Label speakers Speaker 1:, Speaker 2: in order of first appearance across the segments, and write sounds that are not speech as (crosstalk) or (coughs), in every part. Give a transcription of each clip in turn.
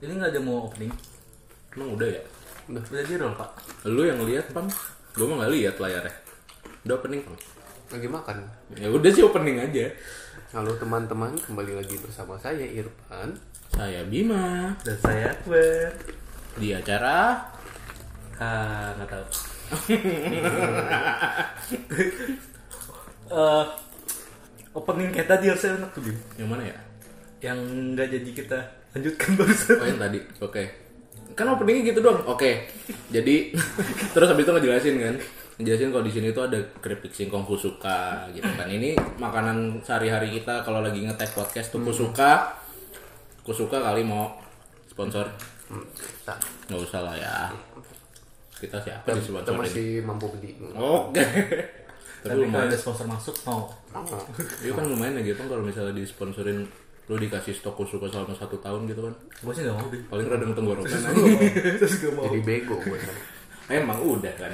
Speaker 1: Ini nggak ada mau opening.
Speaker 2: Emang udah ya?
Speaker 1: Udah udah di roll pak.
Speaker 2: Lu yang lihat pam? Gue mah nggak lihat layarnya. Udah opening Pam?
Speaker 3: lagi makan.
Speaker 2: Ya udah sih opening aja.
Speaker 3: Halo teman-teman, kembali lagi bersama saya Irfan.
Speaker 2: Saya Bima
Speaker 1: Dan saya Akbar.
Speaker 2: di acara
Speaker 1: Ah nggak tahu. (laughs) Eh, opening kayak tadi harusnya enak tuh Bim.
Speaker 2: yang mana ya?
Speaker 1: Yang nggak jadi kita lanjutkan (laughs) barusan.
Speaker 2: Oh yang tadi. Oke. Kan openingnya gitu dong. Oke. Jadi (laughs) terus habis itu ngejelasin kan. Ngejelasin kalau di sini tuh ada keripik singkong kusuka gitu kan. Ini makanan sehari-hari kita kalau lagi ngetek podcast tuh kusuka. Kusuka kali mau sponsor.
Speaker 3: Hmm, kita,
Speaker 2: Nggak usah lah ya. Kita siapa di
Speaker 3: kita
Speaker 2: sponsor
Speaker 3: masih mampu beli.
Speaker 2: Oke. Tapi
Speaker 1: Tapi kalau
Speaker 2: lumayan.
Speaker 1: ada sponsor masuk mau.
Speaker 3: Oh,
Speaker 2: Itu kan lumayan ya gitu kalau misalnya disponsorin lu dikasih stok kusuka selama satu tahun gitu kan.
Speaker 1: Gue sih nggak mau
Speaker 2: (laughs)
Speaker 1: Bim.
Speaker 2: Paling radang tenggorokan aja.
Speaker 1: Terus gak mau.
Speaker 3: jadi bego gue.
Speaker 2: Emang udah (laughs) kan.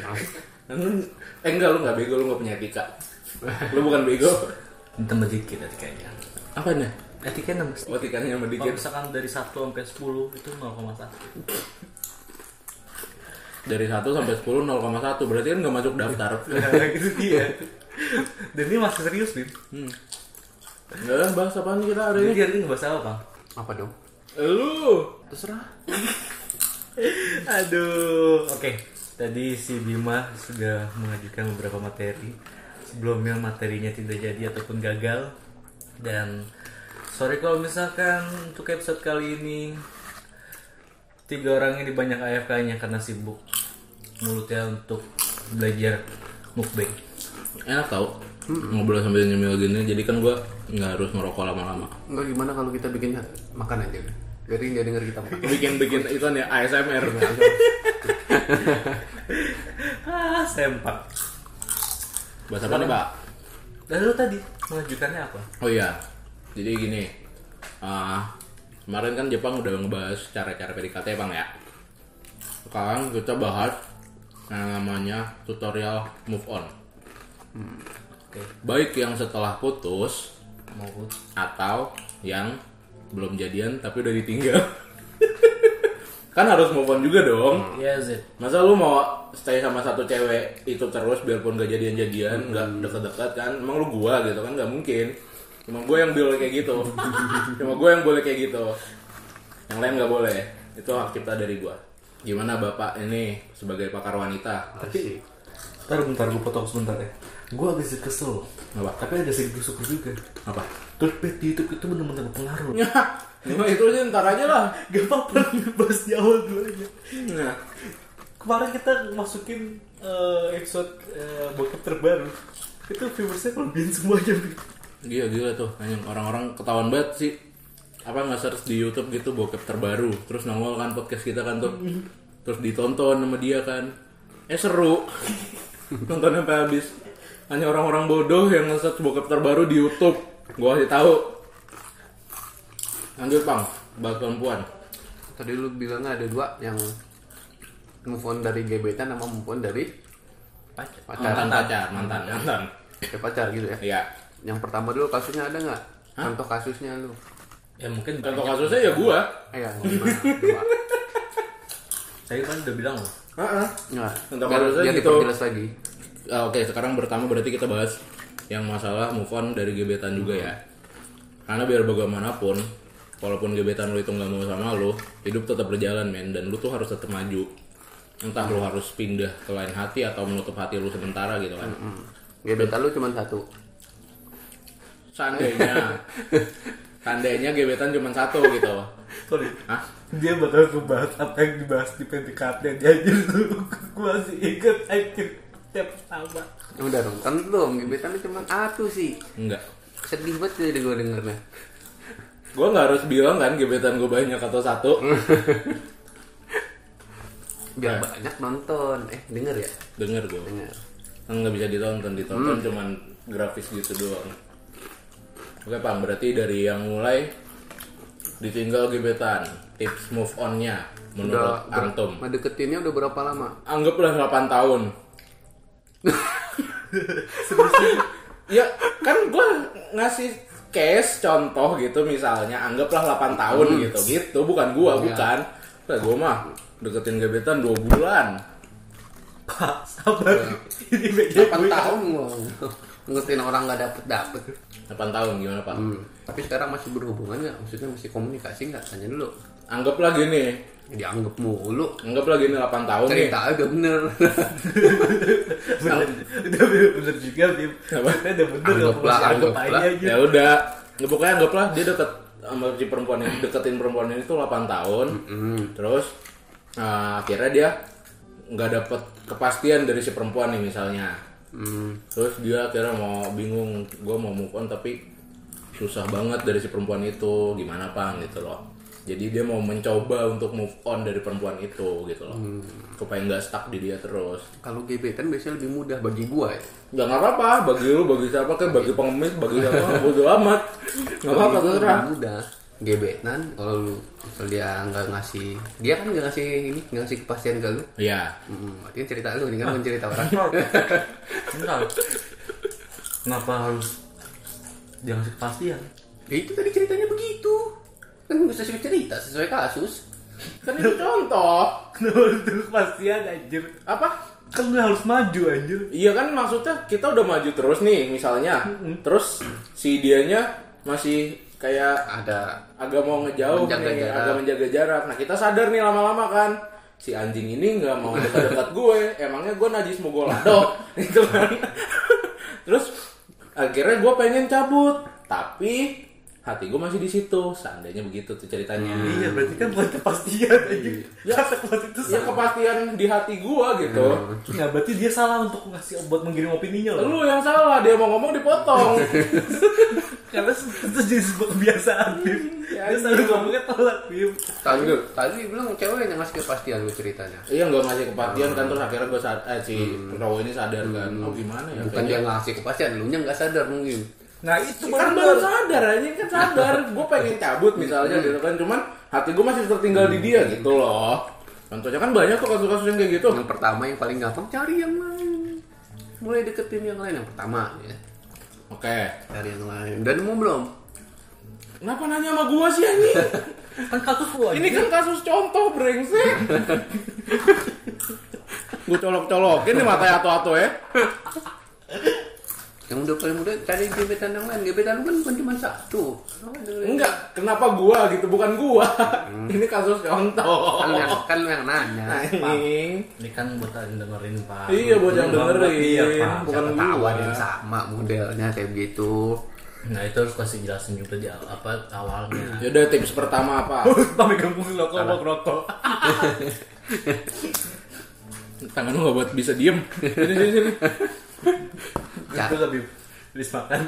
Speaker 2: Lu- eh enggak lu nggak bego lu nggak punya (laughs) etika. Lu bukan bego.
Speaker 1: Tambah dikit etikanya.
Speaker 2: Apa nih?
Speaker 1: Etikanya nambah sedikit.
Speaker 2: Oh
Speaker 1: Eh,
Speaker 2: tikanya sama
Speaker 1: Kalau
Speaker 2: dikit
Speaker 1: misalkan dari 1 sampai 10 itu 0,1
Speaker 2: dari 1 sampai 10 0,1 berarti kan nggak masuk daftar.
Speaker 1: Nah, (laughs) gitu dia Dan ini masih serius, Bim
Speaker 2: Enggak kan bahas apaan kita hari ini?
Speaker 1: Jadi hari ini ngebahas apa, Bang?
Speaker 3: Apa dong?
Speaker 2: Lu.
Speaker 3: Terserah.
Speaker 1: Aduh, oke. Tadi si Bima sudah mengajukan beberapa materi. Sebelumnya materinya tidak jadi ataupun gagal. Dan sorry kalau misalkan untuk episode kali ini tiga orang ini banyak AFK-nya karena sibuk mulutnya untuk belajar mukbang.
Speaker 2: Enak tau ngobrol sambil nyemil gini jadi kan gua nggak harus ngerokok lama-lama.
Speaker 3: Enggak gimana kalau kita bikin makan aja. Biarin dia denger kita makan.
Speaker 2: Bikin-bikin itu nih ASMR.
Speaker 1: Ah, sempak.
Speaker 2: Bahas apa nih, Pak?
Speaker 1: Dan lu tadi mengajukannya apa?
Speaker 2: Oh iya, jadi gini, ah, kemarin kan Jepang udah ngebahas cara-cara PDKT ya, Bang ya. Sekarang kita bahas yang namanya tutorial move on.
Speaker 1: Oke,
Speaker 2: Baik yang setelah putus
Speaker 1: mau gua.
Speaker 2: atau yang belum jadian tapi udah ditinggal. (laughs) kan harus move on juga dong.
Speaker 1: Iya, Zed.
Speaker 2: Masa lu mau stay sama satu cewek itu terus biarpun gak jadian-jadian, nggak deket-deket kan? Emang lu gua gitu kan nggak mungkin. Cuma gua yang boleh kayak gitu. Cuma gua yang boleh kayak gitu. Yang lain nggak boleh. Itu hak cipta dari gua. Gimana bapak ini sebagai pakar wanita?
Speaker 3: Asik.
Speaker 1: Bentar, bentar, gue potong sebentar ya. Gue agak sedikit kesel.
Speaker 2: Apa?
Speaker 1: Tapi agak sedikit syukur juga.
Speaker 2: Apa? (laughs)
Speaker 1: Clickbait di Youtube itu bener-bener berpengaruh.
Speaker 2: Ya, cuma itu sih ntar aja lah.
Speaker 1: Gak apa-apa, bahas di awal dulu aja.
Speaker 2: Nah,
Speaker 1: Kemarin kita masukin eh, episode eh, bokep terbaru. Itu viewersnya kelebihin semuanya. Bi.
Speaker 2: gila Iya, gila tuh. Anjing, orang-orang ketahuan banget sih. Apa nggak search di YouTube gitu bokep terbaru? Terus nongol kan podcast kita kan tuh. Terus ditonton sama dia kan. Eh seru. (laughs) Nonton sampai habis. Hanya orang-orang bodoh yang nge-search bokep terbaru di YouTube. Gua kasih tahu. Lanjut, Bang. Bahas perempuan.
Speaker 3: Tadi lu bilang ada dua yang move on dari gebetan sama move on dari
Speaker 2: Mantan Ah.
Speaker 3: pacar.
Speaker 2: pacar, mantan, mantan.
Speaker 3: Kayak pacar gitu ya.
Speaker 2: Iya.
Speaker 3: Yang pertama dulu kasusnya ada nggak? Contoh kasusnya lu.
Speaker 1: Ya
Speaker 3: Eh,
Speaker 1: mungkin
Speaker 2: Contoh kasusnya ya gua.
Speaker 3: Ayo, gimana? Coba.
Speaker 1: Tadi kan udah bilang loh.
Speaker 2: Heeh.
Speaker 3: Nggak.
Speaker 2: Contoh
Speaker 3: Biar-
Speaker 2: kasusnya
Speaker 3: biar
Speaker 2: gitu.
Speaker 3: diperjelas lagi.
Speaker 2: Ah, Oke, sekarang pertama berarti kita bahas yang masalah move on dari gebetan juga ya. Karena biar bagaimanapun, walaupun gebetan lu itu nggak mau sama lu, hidup tetap berjalan men dan lu tuh harus tetap maju. Entah lu harus pindah ke lain hati atau menutup hati lu sementara gitu kan.
Speaker 3: Hmm. Gebetan lu cuma satu.
Speaker 2: Seandainya seandainya gebetan cuma satu gitu.
Speaker 1: Sorry.
Speaker 2: Hah?
Speaker 1: Dia bakal ngebahas apa yang dibahas di PDKT dia aja dulu. Gue masih inget akhir tiap pertama.
Speaker 3: Ya Udah dong, kan belum. Gebetan lu cuma satu sih.
Speaker 2: Enggak.
Speaker 3: Sedih banget jadi gue dengernya.
Speaker 2: Gue nggak harus bilang kan gebetan gue banyak atau satu. Nah.
Speaker 3: Biar banyak nonton. Eh, denger ya?
Speaker 2: Dengar gue.
Speaker 3: Denger.
Speaker 2: Kan nggak bisa ditonton, ditonton
Speaker 3: Hmm.
Speaker 2: cuman grafis gitu doang. Oke Pang, berarti dari yang mulai ditinggal gebetan, tips move on-nya menurut
Speaker 3: Udah,
Speaker 2: Antum.
Speaker 3: Nah, deketinnya udah berapa lama?
Speaker 2: Anggaplah 8
Speaker 3: (laughs)
Speaker 2: tahun. Ya, kan gua ngasih case contoh gitu misalnya anggaplah 8 tahun
Speaker 3: Hmm.
Speaker 2: gitu gitu bukan
Speaker 3: Oh,
Speaker 2: gua
Speaker 3: iya.
Speaker 2: bukan nah, gua mah deketin gebetan 2 bulan
Speaker 1: Pak, eh, sabar. Ini beda
Speaker 2: Iya,
Speaker 3: 8
Speaker 1: gue.
Speaker 3: tahun lo ngertiin orang nggak dapet dapet
Speaker 2: 8 tahun gimana Pak
Speaker 3: tapi sekarang masih berhubungan nggak maksudnya masih komunikasi nggak tanya dulu Ya
Speaker 2: anggaplah gini
Speaker 3: dianggap mulu
Speaker 2: anggaplah gini 8 tahun nih
Speaker 3: cerita aja
Speaker 2: (laughs)
Speaker 3: bener
Speaker 1: Bener, udah bener, bener juga, Bim.
Speaker 2: Apa?
Speaker 1: Udah bener,
Speaker 3: Anggaplah,
Speaker 1: ngomong si anggap
Speaker 3: anggaplah.
Speaker 1: aja, gitu.
Speaker 2: ya udah Ya, pokoknya anggaplah dia deket sama si perempuan ini deketin perempuan ini tuh 8 tahun
Speaker 3: Hmm,
Speaker 2: terus eh, akhirnya dia nggak dapet kepastian dari si perempuan nih misalnya
Speaker 3: hmm.
Speaker 2: terus dia akhirnya mau bingung gue mau move on tapi susah banget dari si perempuan itu gimana pang gitu loh jadi dia mau mencoba untuk move on dari perempuan itu gitu loh supaya nggak stuck di dia terus
Speaker 3: kalau gebetan biasanya lebih mudah bagi gua ya
Speaker 2: Gak nggak apa-apa, bagi lu, bagi siapa kan, bagi pengemis, bagi siapa, bodo amat. Gak apa-apa,
Speaker 3: Lebih
Speaker 2: terserah.
Speaker 3: mudah gebetan kalau lu kalau dia nggak ngasih dia kan nggak ngasih ini nggak ngasih kepastian ke lu
Speaker 2: Iya.
Speaker 3: hmm, artinya cerita lu ini kan bukan cerita
Speaker 2: (laughs)
Speaker 3: orang
Speaker 1: Enggak. Kenapa harus dia ngasih kepastian?
Speaker 3: ya itu tadi ceritanya begitu kan bisa sesuai cerita sesuai kasus
Speaker 2: Kan itu contoh.
Speaker 1: Kenapa harus dia kepastian, anjir?
Speaker 2: Apa?
Speaker 1: Kan lu harus maju, anjir.
Speaker 2: Iya kan maksudnya kita udah maju terus nih misalnya. Terus si dianya masih kayak
Speaker 3: ada
Speaker 2: agak mau ngejauh
Speaker 3: Menjaga
Speaker 2: nih,
Speaker 3: jarak.
Speaker 2: agak menjaga jarak. Nah kita sadar nih lama-lama kan. Si anjing ini nggak mau dekat-dekat gue, emangnya gue najis mau gue ladok (laughs) gitu kan. Terus akhirnya gue pengen cabut, tapi hati gue masih di situ. Seandainya begitu tuh ceritanya.
Speaker 3: Hmm.
Speaker 1: Iya, berarti kan bukan kepastian, anjir. Kata kepastian itu
Speaker 2: Ya
Speaker 1: salah.
Speaker 2: kepastian di hati gue gitu.
Speaker 1: Nah, berarti dia salah untuk ngasih buat menggiring
Speaker 3: Hmm.
Speaker 1: opininya loh.
Speaker 2: Lu yang salah, dia mau ngomong dipotong. (laughs)
Speaker 1: Karena itu jadi sebuah kebiasaan, Bim.
Speaker 2: Ya,
Speaker 1: Dia selalu ngomongnya telat, Bim.
Speaker 3: tadi tadi bilang cewek yang ngasih kepastian lu ceritanya
Speaker 2: iya nggak ngasih kepastian kan terus akhirnya gue sadar, eh, si cowok ini sadar kan. Oh gimana ya?
Speaker 3: Hmm. bukan dia ngasih kepastian lu nya nggak sadar mungkin
Speaker 1: Nah, itu
Speaker 2: kan baru sadar aja kan sadar gue pengen cabut misalnya gitu kan cuman hati gue masih tertinggal di dia gitu loh contohnya kan banyak kok kasus-kasus yang kayak gitu
Speaker 3: yang pertama yang paling gampang cari yang lain mulai deketin yang lain yang pertama ya
Speaker 2: oke
Speaker 3: cari yang lain dan mau belum
Speaker 2: kenapa nanya sama gue sih ini
Speaker 1: Kan kasus lu,
Speaker 2: ini kan kasus contoh brengsek gue colok-colokin nih mata ato-ato ya
Speaker 3: yang udah paling mudah cari gebetan yang lain gebetan lu kan bukan cuma satu Kan Ada-
Speaker 2: enggak kenapa gue gitu bukan gue ini kasus contoh
Speaker 3: kan lu yang kan lu yang nanya
Speaker 2: Nah, anjing
Speaker 1: Ini kan buat yang dengerin, Pak.
Speaker 2: Iya, buat yang
Speaker 1: Bukan buat
Speaker 2: dengerin.
Speaker 1: dia, Pak.
Speaker 2: Bukan
Speaker 3: bukan tahu
Speaker 2: gua.
Speaker 3: ada yang sama modelnya kayak gitu
Speaker 1: Nah, itu harus kasih jelasin juga di aw- apa awalnya.
Speaker 2: yaudah Ya tips pertama apa
Speaker 1: (laughs) Tapi kamu rokok mau rokok.
Speaker 2: tangan lu gak buat bisa diem sini sini sini
Speaker 3: Ya.
Speaker 1: Itu lebih habis makan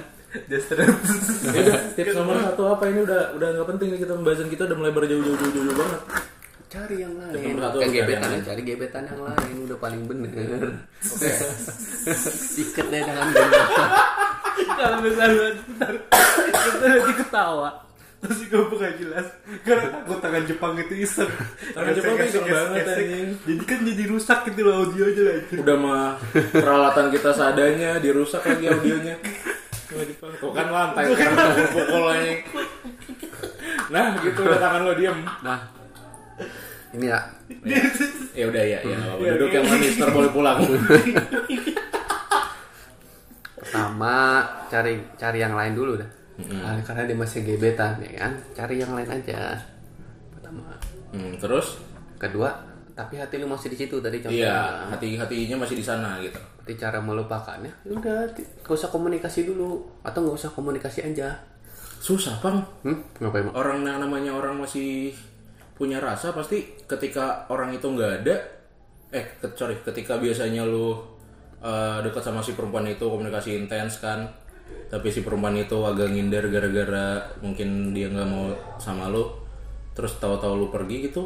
Speaker 1: dia stres.
Speaker 2: Yaudah, tips nomor satu apa ini udah udah nggak penting nih kita pembahasan kita udah melebar jauh jauh jauh jauh, jauh banget.
Speaker 3: cari yang lain
Speaker 2: nomor satu kan?
Speaker 3: yang
Speaker 2: harus cari yang
Speaker 3: gebetan ya, cari gebetan yang lain udah paling bener (laughs) sikat deh dengan bener
Speaker 1: Kalau misalnya ntar kita nanti ketawa terus juga aku gak jelas karena takut tangan Jepang itu iseng
Speaker 2: Tangan Jepang tuh iseng
Speaker 1: Gesek,
Speaker 2: banget,
Speaker 1: gesek.
Speaker 2: anjing.
Speaker 1: jadi kan jadi rusak gitu loh audionya lah anjing.
Speaker 2: Udah mah peralatan kita seadanya dirusak lagi audionya. Tuh kan lantai kan pukul aja. Nah gitu udah tangan lo diem.
Speaker 3: nah ini ya
Speaker 1: Iya.
Speaker 2: Ya udah ya ya. nggak apa-apa.
Speaker 1: Ya,
Speaker 2: Duduk
Speaker 1: oke.
Speaker 2: yang manis ntar boleh (laughs) pulang.
Speaker 3: pertama cari cari yang lain dulu dah Ah, karena dia masih gebetan ya kan cari yang lain aja pertama
Speaker 2: Hmm, terus
Speaker 3: kedua tapi hati lu masih di situ tadi contohnya
Speaker 2: iya hati hatinya masih di sana gitu.
Speaker 3: Berarti cara melupakannya ya udah ti- nggak usah komunikasi dulu atau nggak usah komunikasi aja
Speaker 2: Susah pang.
Speaker 3: hmm ngapain Mak?
Speaker 2: Orang yang namanya orang masih punya rasa pasti ketika orang itu nggak ada eh ke- sorry ketika biasanya lu eh, dekat sama si perempuan itu komunikasi intens kan tapi si perempuan itu agak ngindar gara-gara mungkin dia nggak mau sama lu terus tahu-tahu lu pergi gitu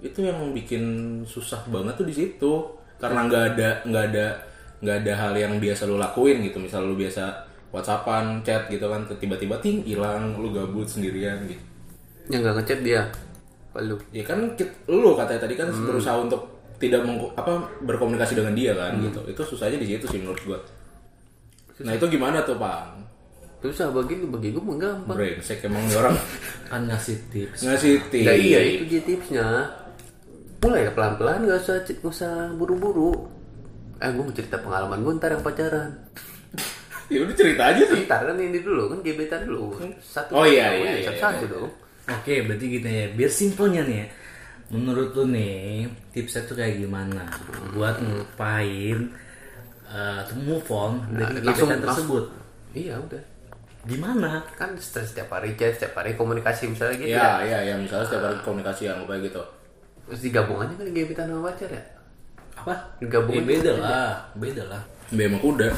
Speaker 2: itu yang bikin susah banget tuh di situ
Speaker 3: Iya.
Speaker 2: karena nggak ada nggak ada nggak ada hal yang biasa lu lakuin gitu misal lu biasa whatsappan chat gitu kan tiba-tiba ting hilang lu gabut sendirian gitu
Speaker 3: yang nggak ngechat dia apa lu
Speaker 2: ya kan kit- lu katanya tadi kan
Speaker 3: Hmm.
Speaker 2: berusaha untuk tidak mengko- apa berkomunikasi
Speaker 3: Hmm.
Speaker 2: dengan dia kan gitu itu susahnya di situ sih menurut gua nah itu gimana tuh bang
Speaker 3: susah bagi lu bagi gue mah gampang
Speaker 2: brengsek emang nih
Speaker 3: (laughs)
Speaker 2: orang
Speaker 1: kan ngasih tips
Speaker 2: ngasih tips
Speaker 3: Ya iya itu dia tipsnya. Mulai ya pelan-pelan gak usah cer- gak usah buru-buru. Eh gue mau cerita pengalaman gue ntar yang pacaran.
Speaker 2: ya udah cerita aja sih
Speaker 3: Ntar kan ini dulu kan gebetan dulu. Satu ya,
Speaker 2: Oh, iya, iya, iya,
Speaker 3: satu, satu dong.
Speaker 1: oke berarti gitu ya biar simpelnya nih ya menurut lu nih tipsnya tuh kayak gimana buat ngelupain eh, to move on dari
Speaker 3: langsung-
Speaker 1: gebetan tersebut
Speaker 3: Iya udah.
Speaker 1: gimana
Speaker 3: Kan stres setiap hari chat, setiap hari komunikasi misalnya gitu.
Speaker 2: ya
Speaker 3: Ya.
Speaker 2: ya ya misalnya setiap hari komunikasi yang kayak gitu
Speaker 3: Terus digabungannya kan gebetan sama pacar ya.
Speaker 1: apa
Speaker 3: Digabungin
Speaker 1: Eh, beda lah beda lah
Speaker 2: Dia emang kuda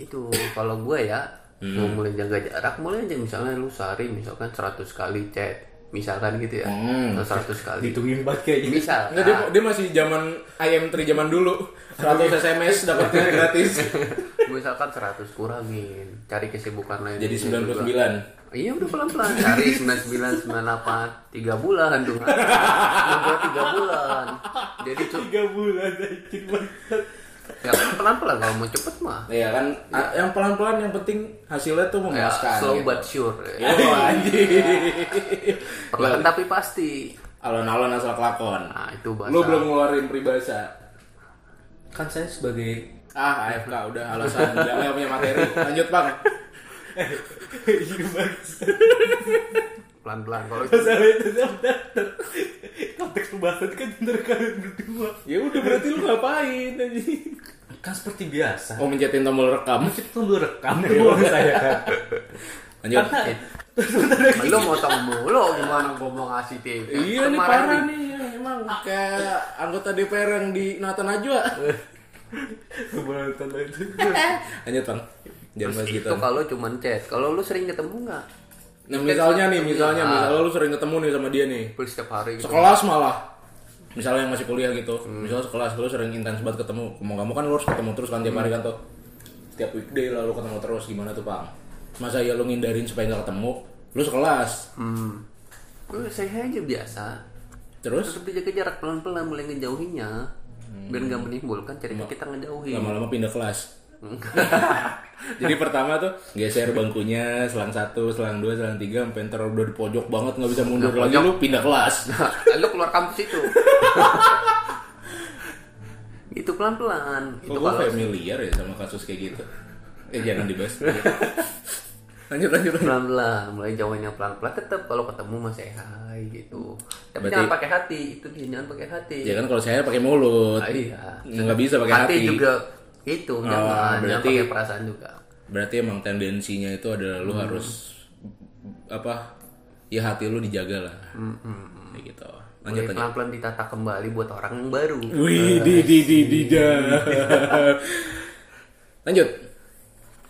Speaker 3: Itu kalau gue ya
Speaker 2: Hmm.
Speaker 3: mau mulai jaga jarak mulai aja misalnya lu sehari misalkan 100 kali chat misalkan gitu ya
Speaker 2: Hmm. Iya.
Speaker 3: atau 100 kali
Speaker 1: hitungin banget kayaknya
Speaker 3: misal
Speaker 2: Nggak, dia, dia masih zaman IM3 zaman dulu 100 SMS dapat gratis
Speaker 3: misalkan 100 kurangin cari kesibukan lain
Speaker 2: (laughs) jadi
Speaker 3: Gitu juga.
Speaker 2: 99
Speaker 3: iya udah pelan-pelan cari 99 98 3 bulan tuh membuat 3 bulan jadi cu-
Speaker 1: tiga bulan anjing banget
Speaker 3: ya kan pelan-pelan kalau mau cepet mah
Speaker 2: Iya kan a- yang pelan-pelan yang penting hasilnya tuh
Speaker 3: ya,
Speaker 2: memuaskan
Speaker 3: slow
Speaker 2: gitu.
Speaker 3: but sure
Speaker 2: Ya, (laughs) anjing.
Speaker 3: perlahan tapi pasti
Speaker 2: Alon-alon asal kelakon
Speaker 3: nah itu bahasa
Speaker 2: Lu belum ngeluarin peribahasa
Speaker 1: kan saya sebagai
Speaker 2: Ah AFK udah alasan Jangan punya materi Lanjut (laughs) bang
Speaker 3: pelan-pelan
Speaker 2: (laughs)
Speaker 3: kalau
Speaker 1: masalah itu konteks pembahasan kan bener kalian berdua
Speaker 2: Ya udah berarti lu ngapain anjing
Speaker 1: kan seperti biasa
Speaker 2: Oh mencetin tombol rekam
Speaker 1: Mungkin tombol rekam (laughs) doang saya kan
Speaker 2: Lanjut
Speaker 3: lu mau mulu gimana gua mau ngasih tips
Speaker 2: Iya nih
Speaker 3: Kemarin
Speaker 2: parah
Speaker 3: nih,
Speaker 2: nih ya, Emang kayak anggota DPR yang di Nata
Speaker 3: (laughs)
Speaker 2: Najwa
Speaker 1: Tombol rekam itu
Speaker 3: Eh.
Speaker 2: Lanjut bang Jangan bahas gitu
Speaker 3: itu kalau cuman chat kalau lu sering ketemu nggak
Speaker 2: Nah misalnya nih misalnya
Speaker 3: Ah.
Speaker 2: Misalnya lu sering ketemu nih sama dia nih
Speaker 3: Terus setiap hari gitu
Speaker 2: Sekelas malah Misalnya yang masih kuliah gitu
Speaker 3: Hmm.
Speaker 2: Misalnya sekelas lu sering intens banget ketemu Mau gak mau kan lu harus ketemu terus kan tiap
Speaker 3: Hmm.
Speaker 2: hari kan tuh Setiap weekday lah lu ketemu terus gimana tuh bang Masa ya lu ngindarin supaya gak ketemu Lu sekelas
Speaker 3: Hmm. Gue saya aja biasa.
Speaker 2: Terus
Speaker 3: Tetap dijaga jarak pelan-pelan mulai ngejauhinya.
Speaker 2: Hmm.
Speaker 3: Biar nggak menimbulkan cerita kita ngejauhin.
Speaker 2: lama-lama pindah
Speaker 3: (laughs)
Speaker 2: kelas jadi pertama tuh geser bangkunya selang satu selang dua selang tiga sampai ntar udah di pojok banget nggak bisa mundur
Speaker 3: Nah,
Speaker 2: lagi
Speaker 3: pojok.
Speaker 2: lu pindah kelas
Speaker 3: (laughs) Lu keluar kampus itu. itu pelan-pelan.
Speaker 2: kok
Speaker 3: Itu
Speaker 2: gue
Speaker 3: kalau
Speaker 2: familiar ya sama kasus kayak gitu eh jangan dibahas
Speaker 3: (laughs)
Speaker 2: lanjut lanjut lanjut.
Speaker 3: pelan-pelan mulai jauhin yang pelan-pelan tetap kalau ketemu masih hai gitu. Tapi
Speaker 2: Berarti-
Speaker 3: jangan pakai hati. Itu dia jangan pakai hati.
Speaker 2: ya kan kalau saya pakai mulut
Speaker 3: Ah, iya.
Speaker 2: nggak bisa pakai hati, Oh,
Speaker 3: hati, juga itu jangan, jangan
Speaker 2: berarti-
Speaker 3: pakai perasaan juga.
Speaker 2: berarti emang tendensinya itu adalah
Speaker 3: Hmm.
Speaker 2: lu harus apa ya hati lu dijaga lah
Speaker 3: Hmm,
Speaker 2: kayak gitu lanjut
Speaker 3: Mulai
Speaker 2: lanjut
Speaker 3: pelan-pelan ditata kembali buat orang yang baru.
Speaker 2: Wih, di di di di da. (laughs) Lanjut.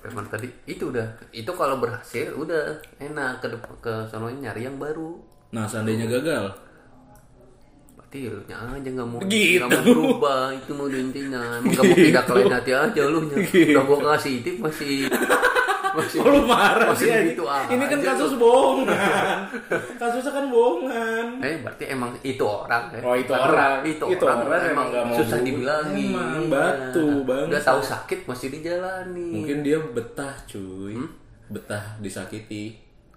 Speaker 3: Firman tadi itu udah itu kalau berhasil udah enak ke dep- ke sononya nyari yang baru
Speaker 2: Nah, seandainya gagal.
Speaker 3: berarti lu nya aja nggak mau
Speaker 2: Gitu.
Speaker 3: nggak mau berubah itu mau intinya Emang nggak mau pindah ke lain hati aja lu nya
Speaker 2: Gitu.
Speaker 3: udah gua ngasih tip masih masih
Speaker 2: Kok Oh, lu marah
Speaker 3: Masih
Speaker 2: sih?
Speaker 3: gitu aja
Speaker 2: Ini kan
Speaker 3: tuh.
Speaker 2: kasus bohongan. (laughs) Kasusnya kan bohongan.
Speaker 3: eh berarti emang itu orang ya
Speaker 2: Oh, itu
Speaker 3: Baru-
Speaker 2: orang.
Speaker 3: itu,
Speaker 2: Itu
Speaker 3: orang,
Speaker 2: orang emang
Speaker 3: emang
Speaker 2: nggak mau
Speaker 3: susah
Speaker 2: berubah.
Speaker 3: dibilangin
Speaker 2: Emang
Speaker 3: Iya.
Speaker 2: batu, bangsa.
Speaker 3: udah tahu sakit masih dijalani
Speaker 2: Mungkin dia betah, cuy. Betah disakiti.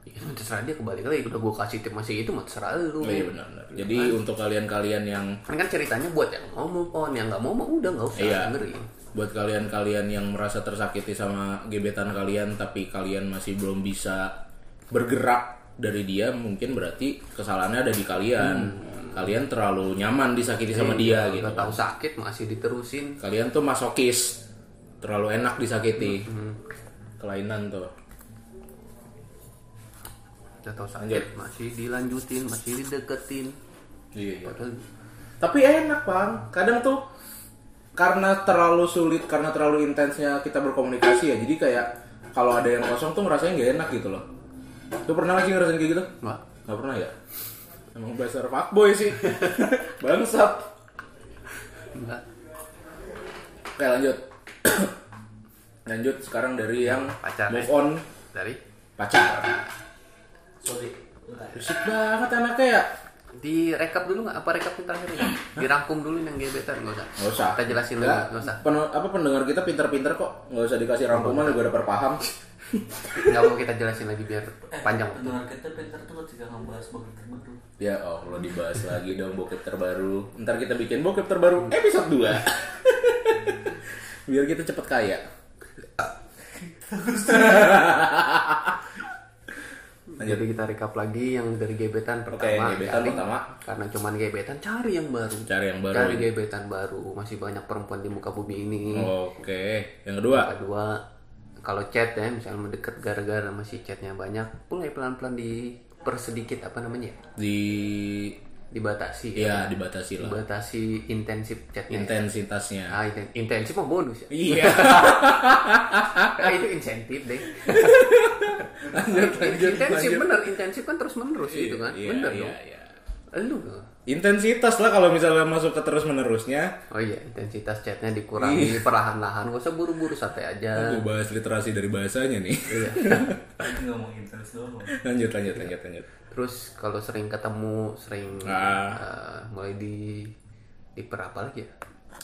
Speaker 3: Ya, terserah dia kebalik lagi udah gua kasih tip masih itu mah terserah
Speaker 2: Oh
Speaker 3: lu
Speaker 2: iya benar benar. Jadi untuk kalian-kalian yang
Speaker 3: Ini kan ceritanya buat yang mau move on yang nggak mau mah udah nggak usah
Speaker 2: Iya.
Speaker 3: dengerin
Speaker 2: buat kalian-kalian yang merasa tersakiti sama gebetan kalian tapi kalian masih belum bisa bergerak dari dia mungkin berarti kesalahannya ada di kalian. Kalian terlalu nyaman disakiti sama dia gitu.
Speaker 3: Gak tahu sakit masih diterusin.
Speaker 2: kalian tuh masokis terlalu enak disakiti kelainan tuh
Speaker 3: Gak tahu sakit masih dilanjutin, masih dideketin.
Speaker 2: iya,
Speaker 3: Padahal
Speaker 2: tapi enak bang kadang tuh karena terlalu sulit karena terlalu intensnya kita berkomunikasi ya jadi kayak kalau ada yang kosong tuh ngerasanya nggak enak gitu loh tuh pernah nggak sih ngerasain kayak gitu
Speaker 3: nggak.
Speaker 2: nggak pernah ya emang dasar fuckboy sih (laughs) bangsat
Speaker 3: Enggak.
Speaker 2: oke lanjut (coughs) lanjut sekarang dari yang
Speaker 3: Pacar,
Speaker 2: move
Speaker 3: ya.
Speaker 2: on
Speaker 3: Dari
Speaker 2: pacar
Speaker 1: sorry bentar.
Speaker 2: Berisik banget anaknya ya
Speaker 3: direkap dulu nggak? Apa rekap yang terakhir? nggak? Dirangkum dulu yang gebetan nggak usah.
Speaker 2: Nggak usah.
Speaker 3: Kita jelasin lagi
Speaker 2: Nggak.
Speaker 3: nggak usah.
Speaker 2: Pen- apa pendengar kita pinter-pinter kok. Nggak usah dikasih rangkuman juga udah paham.
Speaker 3: nggak mau kita jelasin lagi biar panjang waktu
Speaker 1: Dengar kita pinter tuh ketika ngebahas bokep terbaru. (laughs)
Speaker 2: Ya Allah dibahas lagi dong bokep terbaru. Ntar kita bikin bokep terbaru episode 2. Biar kita cepet kaya.
Speaker 3: jadi kita recap lagi yang dari gebetan
Speaker 2: Oke,
Speaker 3: pertama
Speaker 2: gebetan
Speaker 3: cari-
Speaker 2: pertama.
Speaker 3: karena cuman gebetan cari yang baru
Speaker 2: Cari yang baru.
Speaker 3: cari
Speaker 2: ini.
Speaker 3: gebetan baru masih banyak perempuan di muka bumi ini
Speaker 2: Oh. Oke, yang kedua.
Speaker 3: kedua kalau chat ya misalnya mendekat gara-gara masih chatnya banyak mulai pelan-pelan dipersedikit apa namanya ya?
Speaker 2: Di
Speaker 3: dibatasi
Speaker 2: ya dibatasi lah
Speaker 3: dibatasi intensif chatnya
Speaker 2: intensitasnya.
Speaker 3: ah inten- intensif mah bonus ya
Speaker 2: Iya.
Speaker 3: (laughs) ah itu insentif deh
Speaker 2: lanjut lanjut.
Speaker 3: intensif
Speaker 2: lanjut.
Speaker 3: bener intensif kan terus menerus gitu kan
Speaker 2: Iya,
Speaker 3: bener
Speaker 2: iya,
Speaker 3: dong
Speaker 2: iya.
Speaker 3: lu
Speaker 2: Intensitas lah kalau misalnya masuk ke terus menerusnya.
Speaker 3: oh iya intensitas chatnya
Speaker 2: Iya.
Speaker 3: dikurangi perlahan-lahan gak usah buru-buru santai aja
Speaker 2: Gue bahas literasi dari bahasanya nih.
Speaker 3: Iya.
Speaker 1: Tadi ngomong intens doang.
Speaker 2: (laughs) lanjut lanjut lanjut lanjut.
Speaker 3: terus kalau sering ketemu sering
Speaker 2: Ah.
Speaker 3: eh, mulai di diperapa lagi ya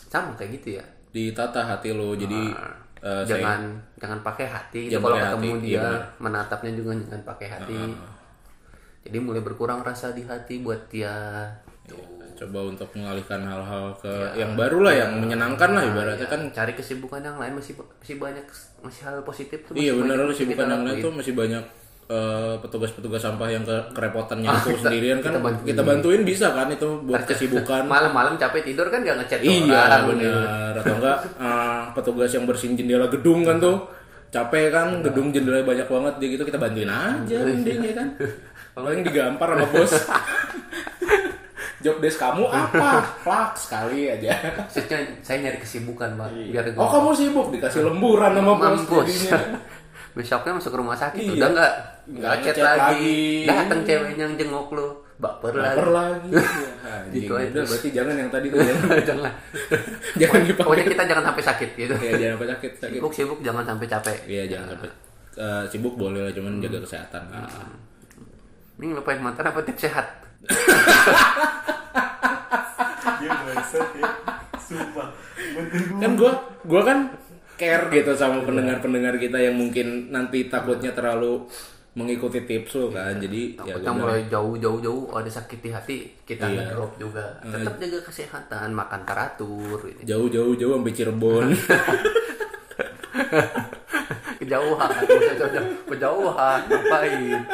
Speaker 3: sama kayak gitu ya
Speaker 2: Ditata hati lo jadi eh, saya-
Speaker 3: Ah, jangan jangan pakai hati itu
Speaker 2: Jangan
Speaker 3: kalau
Speaker 2: pakai
Speaker 3: ketemu
Speaker 2: hati,
Speaker 3: dia
Speaker 2: iya benar.
Speaker 3: menatapnya juga jangan pakai hati jadi mulai berkurang rasa di hati buat dia
Speaker 2: gitu. coba untuk mengalihkan hal-hal ke
Speaker 3: Ya.
Speaker 2: yang baru lah yang menyenangkan lah ibaratnya kan
Speaker 3: cari kesibukan yang lain masih masih banyak masih hal positif tuh
Speaker 2: iya
Speaker 3: masih
Speaker 2: benar lu
Speaker 3: banyak yang
Speaker 2: sibukan
Speaker 3: kita
Speaker 2: yang lain
Speaker 3: lakuin.
Speaker 2: tuh masih banyak eh, petugas-petugas sampah yang ke-
Speaker 3: (laughs)
Speaker 2: kerepotan nyapu
Speaker 3: kita-
Speaker 2: sendirian kan
Speaker 3: Ah, kita bantuin.
Speaker 2: kita bantuin bisa kan itu buat kesibukan
Speaker 3: malam-malam capek tidur kan gak ngechat
Speaker 2: iya
Speaker 3: orang
Speaker 2: benar atau enggak eh, petugas yang bersihin jendela gedung kan tuh capek kan gedung jendela banyak banget dia gitu kita bantuin aja
Speaker 3: Iya.
Speaker 2: mending ya
Speaker 3: (laughs)
Speaker 2: kan kalau yang digampar sama bos job desk kamu apa plak sekali aja
Speaker 3: Maksudnya saya nyari kesibukan pak biar
Speaker 2: Oh kamu sibuk dikasih lemburan sama bos
Speaker 3: Iya. mampus
Speaker 2: jadinya.
Speaker 3: (laughs) besoknya masuk rumah sakit
Speaker 2: Iya.
Speaker 3: udah nggak
Speaker 2: Nggak
Speaker 3: nggak chat
Speaker 2: ngechat
Speaker 3: lagi,
Speaker 2: lagi.
Speaker 3: datang ceweknya yang jenguk lu baper lagi
Speaker 2: Baper lagi.
Speaker 3: Gitu
Speaker 2: Gitu
Speaker 3: aja.
Speaker 2: Udah berarti jangan yang tadi tuh jangan,
Speaker 3: (laughs) jangan
Speaker 2: jangan dipakai.
Speaker 3: pokoknya kita jangan sampai sakit gitu
Speaker 2: Ya jangan sampai sakit sakit.
Speaker 3: sibuk sibuk jangan sampai capek
Speaker 2: Iya jangan sampai Eh, sibuk boleh lah cuman jaga kesehatan.
Speaker 3: Iya. ini ngelupain mantan apa tips sehat
Speaker 1: Dia bangsat ya. Sumpah. Bener gue.
Speaker 2: Kan gua gua kan care gitu sama pendengar-pendengar kita yang mungkin nanti takutnya terlalu mengikuti tips lo kan. Jadi ya
Speaker 3: kita
Speaker 2: gua bilang,
Speaker 3: mulai jauh jauh jauh oh, ada sakit di hati kita
Speaker 2: Iya.
Speaker 3: ngedrop juga tetap jaga kesehatan makan teratur gitu.
Speaker 2: jauh-jauh jauh sampai Cirebon.
Speaker 3: kejauhan (laughs) nggak usah jauh-jauh. kejauhan ngapain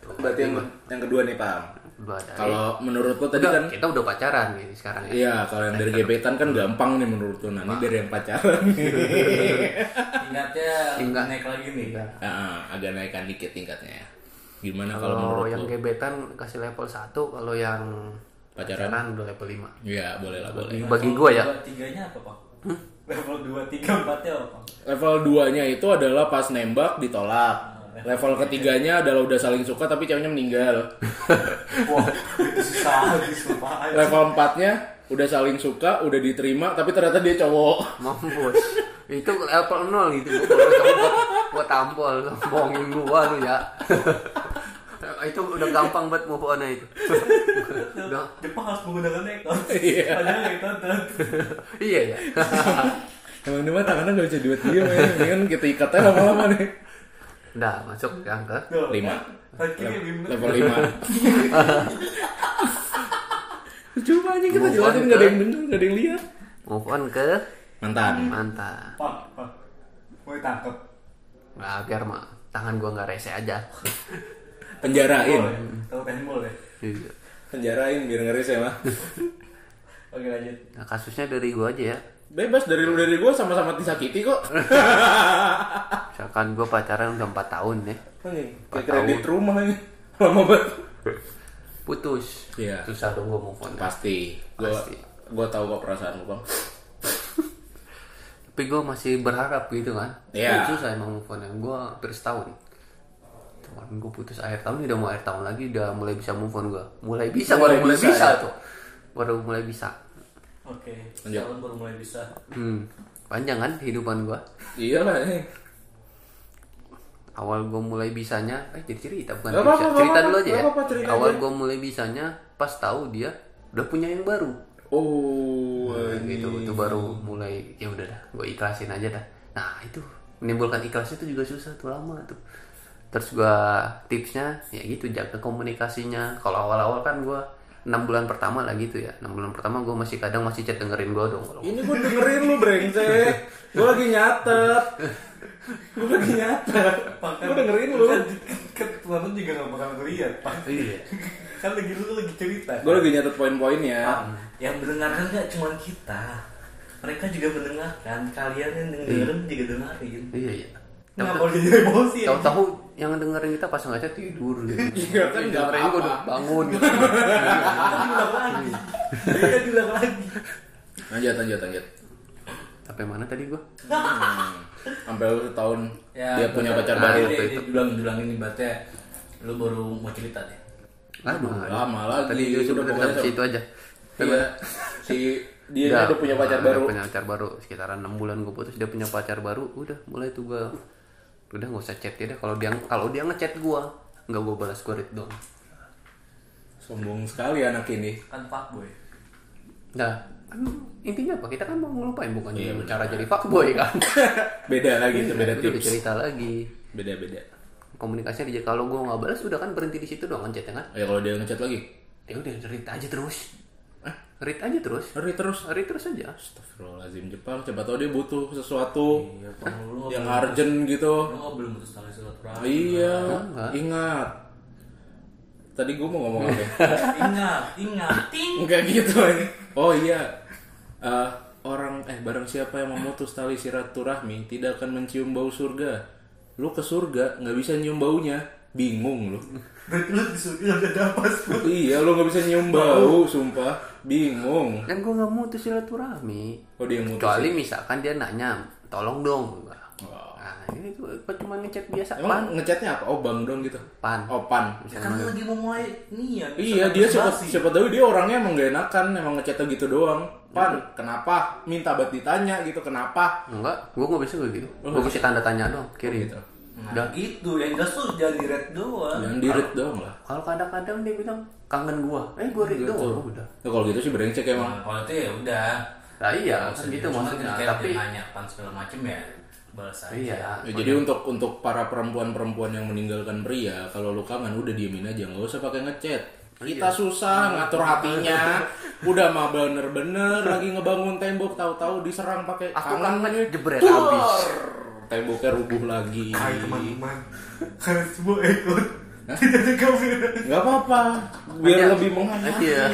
Speaker 3: Tuh,
Speaker 2: (laughs) berarti yang, yang kedua nih Pak.
Speaker 3: dua dari-
Speaker 2: Kalau menurut lo tadi
Speaker 3: Udah,
Speaker 2: kan
Speaker 3: kita udah pacaran nih sekarang ya
Speaker 2: Iya, kalau yang dari gebetan kan gampang nih menurut lu. Nah, ini dari yang (laughs) pacaran.
Speaker 1: Tingkatnya
Speaker 3: Tingkat.
Speaker 1: naik lagi nih.
Speaker 2: Ah, agak naikkan dikit tingkatnya. ya. Gimana kalau
Speaker 3: Kalau
Speaker 2: menurut
Speaker 3: yang
Speaker 2: lu?
Speaker 3: gebetan kasih level 1, kalau yang
Speaker 2: Pacaran?
Speaker 3: udah level 5.
Speaker 2: Iya, boleh lah, boleh.
Speaker 3: Bagi gua ya.
Speaker 1: Level 2-3-nya apa, Pak?
Speaker 2: Hmm?
Speaker 1: Level 2, 3, 4-nya apa, Pak?
Speaker 2: Level 2-nya itu adalah pas nembak ditolak. Level ketiganya adalah udah saling suka tapi ceweknya meninggal.
Speaker 1: Wah, itu susah habis, Pak.
Speaker 2: Level 4-nya udah saling suka, udah diterima tapi ternyata dia cowok.
Speaker 3: Mampus. Itu level 0 gitu. Gua baru tahu Gua, gua tampol, bohongin gua lu ya. (laughs) itu udah gampang banget move on itu. (laughs) Udah.
Speaker 1: Jepang harus menggunakan nekton.
Speaker 2: Iya.
Speaker 1: Padahal nekton tuh.
Speaker 3: iya (laughs) ya.
Speaker 2: Emang ini mah tangannya gak bisa duet dia, kan kita ikat aja lama-lama nih.
Speaker 3: Udah, masuk yang ke
Speaker 1: Tuh,
Speaker 2: Lima.
Speaker 1: kan kiri bimbel.
Speaker 2: Level 5. Coba aja kita
Speaker 3: Move
Speaker 2: jelasin
Speaker 3: on
Speaker 2: gak ada
Speaker 3: ke-
Speaker 2: yang bener, gak ada yang lihat.
Speaker 3: move on ke
Speaker 2: Mantan.
Speaker 3: mantan.
Speaker 1: Pak, Pak. Mau ditangkap.
Speaker 3: Nah, biar mah tangan gua nggak rese aja. (laughs)
Speaker 2: Penjarain.
Speaker 1: Boleh. Tahu tenbol ya.
Speaker 3: Iya.
Speaker 2: Penjarain biar ngeris ya, mah.
Speaker 1: Oke, lanjut.
Speaker 3: nah, kasusnya dari gua aja ya.
Speaker 2: Bebas dari lu dari gua sama-sama disakiti kok.
Speaker 3: Misalkan gua pacaran udah 4 tahun ya.
Speaker 2: Nih, Kayak kredit rumah ini. Lama banget.
Speaker 3: Putus.
Speaker 2: Iya.
Speaker 3: Susah dong gua move on.
Speaker 2: Pasti. Gua
Speaker 3: Pasti.
Speaker 2: gua tahu kok perasaan lu, Bang.
Speaker 3: tapi gue masih berharap gitu kan
Speaker 2: Iya.
Speaker 3: Tapi susah emang move on yang gue hampir setahun kemarin gue putus akhir tahun udah mau akhir tahun lagi udah mulai bisa move on gue mulai bisa
Speaker 2: Mulai
Speaker 3: baru mulai
Speaker 2: bisa,
Speaker 3: bisa,
Speaker 2: ya.
Speaker 3: tuh baru mulai bisa
Speaker 1: Oke,
Speaker 2: Lanjut.
Speaker 1: calon baru mulai bisa.
Speaker 3: hmm. panjang kan kehidupan gue
Speaker 2: Iyalah eh. ini.
Speaker 3: awal gue mulai bisanya eh jadi cerita bukan
Speaker 2: Gak
Speaker 3: bisa.
Speaker 2: apa-apa, gak
Speaker 3: cerita
Speaker 2: apa-apa,
Speaker 3: dulu
Speaker 2: gak
Speaker 3: aja ya
Speaker 2: apa-apa, cerita
Speaker 3: awal
Speaker 2: aja.
Speaker 3: gue mulai bisanya pas tahu dia udah punya yang baru
Speaker 2: Oh,
Speaker 3: Iya,
Speaker 2: iya.
Speaker 3: gitu itu baru mulai ya udah dah gue ikhlasin aja dah nah itu menimbulkan ikhlas itu juga susah tuh lama tuh terus gua tipsnya ya gitu jaga komunikasinya kalau awal-awal kan gua enam bulan pertama lah gitu ya enam bulan pertama gua masih kadang masih chat dengerin gua dong kalau
Speaker 2: Ini gue dengerin lu brengsek. Gue lagi nyatet. Gue lagi nyatet. Gue dengerin lu.
Speaker 1: Kan teman juga gak bakal ngeliat Pak.
Speaker 3: iya
Speaker 1: (laughs) Kan lagi lu lagi cerita.
Speaker 2: Gue lagi nyatet poin-poinnya.
Speaker 3: Ah.
Speaker 1: Pak, yang mendengarkan gak cuma kita. Mereka juga mendengarkan. Kalian yang dengerin juga dengerin.
Speaker 3: iya iya
Speaker 1: Nggak mau jadi emosi ya.
Speaker 3: tahu-tahu yang dengerin kita pas ngaca tidur gitu.
Speaker 2: Iya, kan nggak
Speaker 3: dengerin gua
Speaker 2: apa-apa.
Speaker 3: udah bangun
Speaker 2: (laughs)
Speaker 1: Kan diulang lagi. Kan diulang lagi.
Speaker 2: Lanjut, lanjut, lanjut.
Speaker 3: (laughs) sampai mana tadi gua
Speaker 2: Sampai lu setahun
Speaker 1: Ya,
Speaker 2: dia
Speaker 3: Ya,
Speaker 2: punya pacar baru.
Speaker 3: waktu
Speaker 1: Itu diulang-ulang ini berarti lu baru mau cerita deh.
Speaker 3: lama
Speaker 2: Lama lagi.
Speaker 3: tadi gua
Speaker 2: Udah
Speaker 3: cuma
Speaker 2: pokoknya
Speaker 3: sampai situ aja
Speaker 2: Iya. Si dia
Speaker 3: Udah,
Speaker 2: udah punya pacar
Speaker 3: udah
Speaker 2: baru.
Speaker 3: punya pacar baru sekitaran enam bulan gue putus dia punya pacar baru udah mulai tuh gue udah nggak usah chat dia deh kalau dia kalau dia ngechat gue nggak gue balas gue read doang
Speaker 2: Sombong sekali anak ini. (laughs)
Speaker 1: Kan Pak Boy.
Speaker 3: nah kan intinya apa kita kan mau ngelupain bukan cara jadi fuckboy
Speaker 2: (laughs)
Speaker 3: kan
Speaker 2: Beda lagi itu Iya, beda
Speaker 3: itu udah
Speaker 2: tips.
Speaker 3: cerita lagi
Speaker 2: Beda-beda.
Speaker 3: komunikasinya dia kalau gue nggak balas udah kan berhenti di situ doang kan chatnya kan
Speaker 2: Ya kalau dia ngechat lagi,
Speaker 3: ya udah read aja terus Eh, read aja terus
Speaker 2: hari terus
Speaker 3: read terus aja
Speaker 2: Astagfirullahaladzim Jepang, coba tau dia butuh sesuatu
Speaker 1: Iya, Pak. Lu
Speaker 2: yang urgent gitu.
Speaker 1: lu belum putus tali silaturahmi.
Speaker 2: Iya,
Speaker 3: Enggak.
Speaker 2: ingat. Tadi gue mau ngomong apa? ya? (laughs)
Speaker 1: Ingat, ingat, ting.
Speaker 2: Enggak gitu ini. Oh iya. Eh, orang eh barang siapa yang memutus tali silaturahmi tidak akan mencium bau surga. Lu ke surga nggak bisa nyium baunya. Bingung
Speaker 3: (laughs)
Speaker 2: lu.
Speaker 1: Berarti lu disuruh udah dapat.
Speaker 2: iya, lu nggak bisa nyium bau, sumpah. Bingung.
Speaker 3: kan gue nggak mau tuh silaturahmi
Speaker 2: Oh dia yang mutus.
Speaker 3: kecuali misalkan dia nanya tolong dong gua.
Speaker 2: Oh.
Speaker 3: nah ini tuh gua cuma ngechat biasa pan
Speaker 2: Emang ngechatnya apa? Oh bang dong gitu.
Speaker 3: pan
Speaker 2: Oh pan.
Speaker 1: Ya kan lu lagi mau mulai nih ya.
Speaker 2: Iya dia siapa siapa tahu dia orangnya emang gak enakan emang ngechatnya gitu doang.
Speaker 3: Iya.
Speaker 2: Pan kenapa? Minta buat ditanya gitu kenapa?
Speaker 3: enggak gua nggak bisa kayak gitu gua kasih tanda tanya dong kiri
Speaker 2: Gitu.
Speaker 1: Nah, gitu, yang gas tuh jangan di red doang.
Speaker 2: Jangan dirit
Speaker 3: Iya.
Speaker 2: doang lah.
Speaker 3: kalau kadang-kadang dia bilang kangen gua eh gua read doang Oh, udah
Speaker 2: Ya, kalau gitu sih brengsek emang.
Speaker 1: Nah, Kalau itu ya udah.
Speaker 3: nah iya kan gitu maksudnya tapi
Speaker 1: nanya pan segala macem ya balas aja.
Speaker 3: iya
Speaker 2: Ya, jadi untuk untuk para perempuan-perempuan yang meninggalkan pria, kalau lu kangen udah diemin aja, nggak usah pakai ngechat. Kita
Speaker 3: Iya.
Speaker 2: susah ngatur hatinya,
Speaker 3: (laughs)
Speaker 2: udah mah bener-bener lagi ngebangun tembok, tahu-tahu diserang pakai
Speaker 3: aku
Speaker 2: kangen,
Speaker 3: kangen jebret habis
Speaker 2: temboknya rubuh lagi.
Speaker 1: teman-teman. Kalian semua ikut. Tidak ada kamera.
Speaker 2: Nggak apa-apa, biar
Speaker 3: Iya.
Speaker 2: lebih menghayati.
Speaker 3: Iya.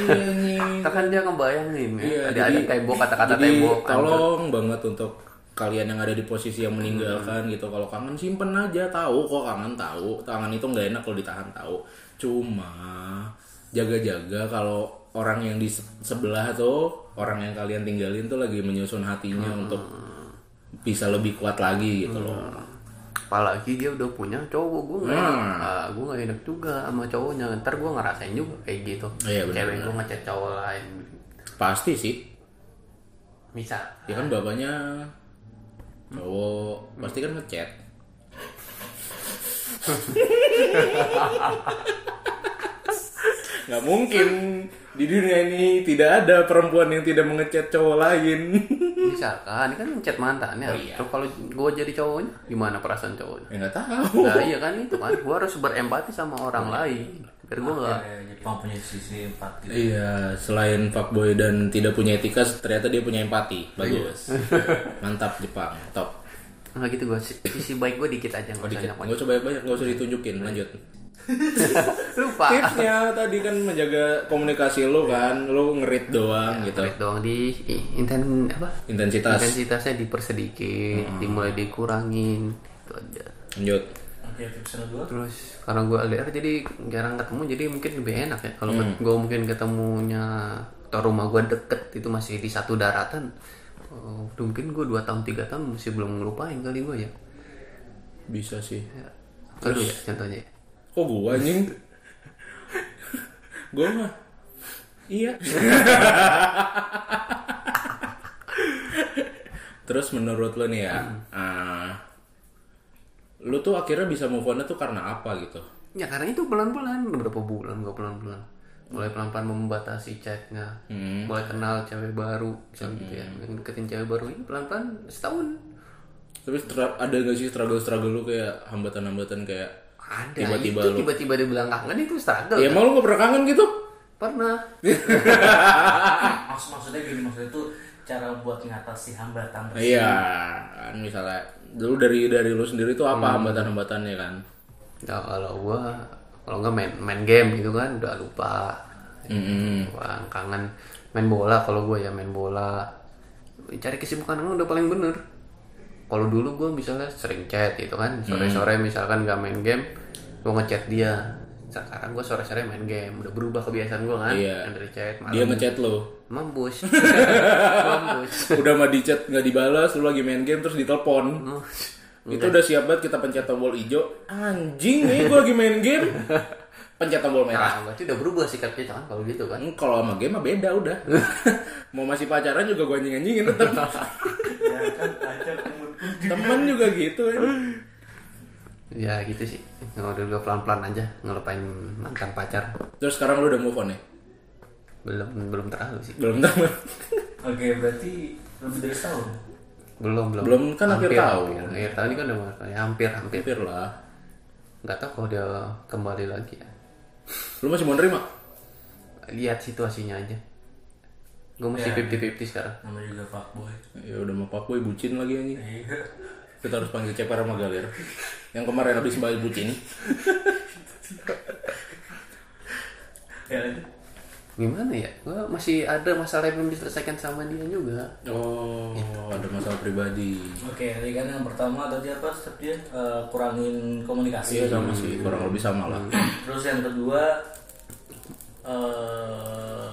Speaker 2: anjing.
Speaker 3: kan dia ngebayangin ya.
Speaker 2: Iya,
Speaker 3: ada ada
Speaker 2: jadi-
Speaker 3: tembok kata-kata
Speaker 2: jadi
Speaker 3: tembok kan.
Speaker 2: tolong banget untuk kalian yang ada di posisi yang meninggalkan
Speaker 3: Hmm.
Speaker 2: gitu kalau kangen simpen aja tahu kok kangen tahu tangan itu nggak enak kalau ditahan tahu cuma jaga-jaga kalau orang yang di se- sebelah tuh orang yang kalian tinggalin tuh lagi menyusun hatinya
Speaker 3: Hmm.
Speaker 2: untuk bisa lebih kuat lagi gitu loh
Speaker 3: Hmm. apalagi dia udah punya cowok gue nggak
Speaker 2: Hmm.
Speaker 3: enak Ah, gue nggak enak juga sama cowoknya ntar gue ngerasain juga kayak gitu
Speaker 2: Iya, benar.
Speaker 3: cewek gue ngechat cowok lain
Speaker 2: pasti sih
Speaker 3: misal
Speaker 2: ya kan bapaknya cowok pasti kan ngechat nggak mungkin di dunia ini tidak ada perempuan yang tidak mengechat cowok lain
Speaker 3: misalkan dia kan ngechat mantannya terus kalau gue jadi cowoknya gimana perasaan cowoknya
Speaker 2: ya nggak tahu
Speaker 3: nah iya kan itu kan gue harus berempati sama orang lain biar gue nggak
Speaker 1: Jepang punya sisi empat gitu.
Speaker 2: iya selain fuckboy dan tidak punya etika ternyata dia punya empati bagus mantap Jepang top
Speaker 3: nggak gitu gue sisi baik gue dikit aja
Speaker 2: Oh,
Speaker 3: nggak usah
Speaker 2: nggak usah banyak banyak nggak usah ditunjukin lanjut
Speaker 3: banyak. lupa
Speaker 2: tipsnya tadi kan menjaga komunikasi lo kan lo ngerit doang gitu
Speaker 3: Baik doang di i- inten apa
Speaker 2: intensitas
Speaker 3: intensitasnya dipersedikit dimulai dikurangin itu aja
Speaker 2: lanjut
Speaker 1: Oke, tips yang kedua.
Speaker 3: terus karena gue LDR jadi jarang ketemu jadi mungkin lebih enak ya kalau
Speaker 2: Hmm.
Speaker 3: gue mungkin ketemunya atau rumah gue deket itu masih di satu daratan oh, udah mungkin gue dua tahun tiga tahun masih belum ngelupain kali gue ya
Speaker 2: bisa sih
Speaker 3: Aduh ya contohnya ya.
Speaker 2: kok gua (laughs) anjing gua mah (laughs) iya terus menurut lo nih ya eh, lo tuh akhirnya bisa move on tuh karena apa gitu
Speaker 3: ya karena itu pelan-pelan beberapa bulan gue pelan-pelan mulai pelan-pelan membatasi chatnya
Speaker 2: Hmm.
Speaker 3: mulai kenal cewek baru misalnya gitu ya Yang deketin cewek baru ini pelan-pelan setahun
Speaker 2: Tapi stra- ada gak sih struggle-struggle lu kayak hambatan-hambatan kayak
Speaker 3: ada
Speaker 2: Tiba-tiba
Speaker 3: itu
Speaker 2: lu-
Speaker 3: tiba-tiba di belakangan itu struggle
Speaker 2: Ya emang lu gak pernah kangen gitu?
Speaker 3: pernah
Speaker 1: Ah, Maksud maksudnya gini maksudnya itu cara buat mengatasi hambatan.
Speaker 2: Nah, Iya, kan misalnya dulu dari dari lu sendiri tuh apa hambatan-hambatannya kan?
Speaker 3: ya kalau gua kalau nggak main main game gitu kan udah lupa
Speaker 2: Mm-mm.
Speaker 3: Wah, kangen main bola kalau gue ya main bola cari kesibukan emang udah paling bener kalau dulu gue misalnya sering chat gitu kan sore-sore
Speaker 2: Hmm.
Speaker 3: misalkan gak main game gue ngechat dia sekarang gue sore-sore main game udah berubah kebiasaan gue kan
Speaker 2: Iya.
Speaker 3: yang dari chat
Speaker 2: Dia
Speaker 3: malam
Speaker 2: ngechat lu. (laughs)
Speaker 3: mampus mampus
Speaker 2: udah mah di chat nggak dibalas lu lagi main game terus ditelepon itu udah siap banget kita pencet tombol hijau anjing nih gue lagi main game pencet tombol merah
Speaker 3: nah berarti udah berubah sikap kita kan kalau gitu kan
Speaker 2: Hmm, kalau sama game mah beda udah mau masih pacaran juga gue anjing anjingin tetep
Speaker 1: Ya kan pacar temen
Speaker 2: temen juga gitu kan
Speaker 3: ya gitu sih kalau dulu pelan-pelan aja ngelepain mantan pacar
Speaker 2: terus sekarang lu udah move on ya
Speaker 3: belum belum terlalu sih
Speaker 2: belum (laughs) tahu
Speaker 1: Oke berarti lebih dari setahun.
Speaker 3: belum belum
Speaker 2: Belum, kan akhir tahun.
Speaker 3: hampir, akhir tahun ini kan udah mau- ya, hampir hampir
Speaker 2: hampir lah
Speaker 3: nggak tahu kalau dia kembali lagi ya
Speaker 2: lu masih mau nerima
Speaker 3: lihat situasinya aja gue masih fifty fifty sekarang
Speaker 1: Namanya juga fuckboy.
Speaker 2: ya udah mau papoy bucin lagi anjing
Speaker 1: Iya.
Speaker 2: kita harus panggil ceper sama galer yang kemarin habis mbak bucin
Speaker 1: Ya lanjut.
Speaker 3: gimana ya gue masih ada masalah yang belum diselesaikan sama dia juga
Speaker 2: oh ada masalah pribadi
Speaker 1: Oke, tadi kan yang pertama tadi apa step dia Eh, kurangin komunikasi.
Speaker 2: iya sama sih kurang lebih sama lah
Speaker 1: Terus yang kedua eh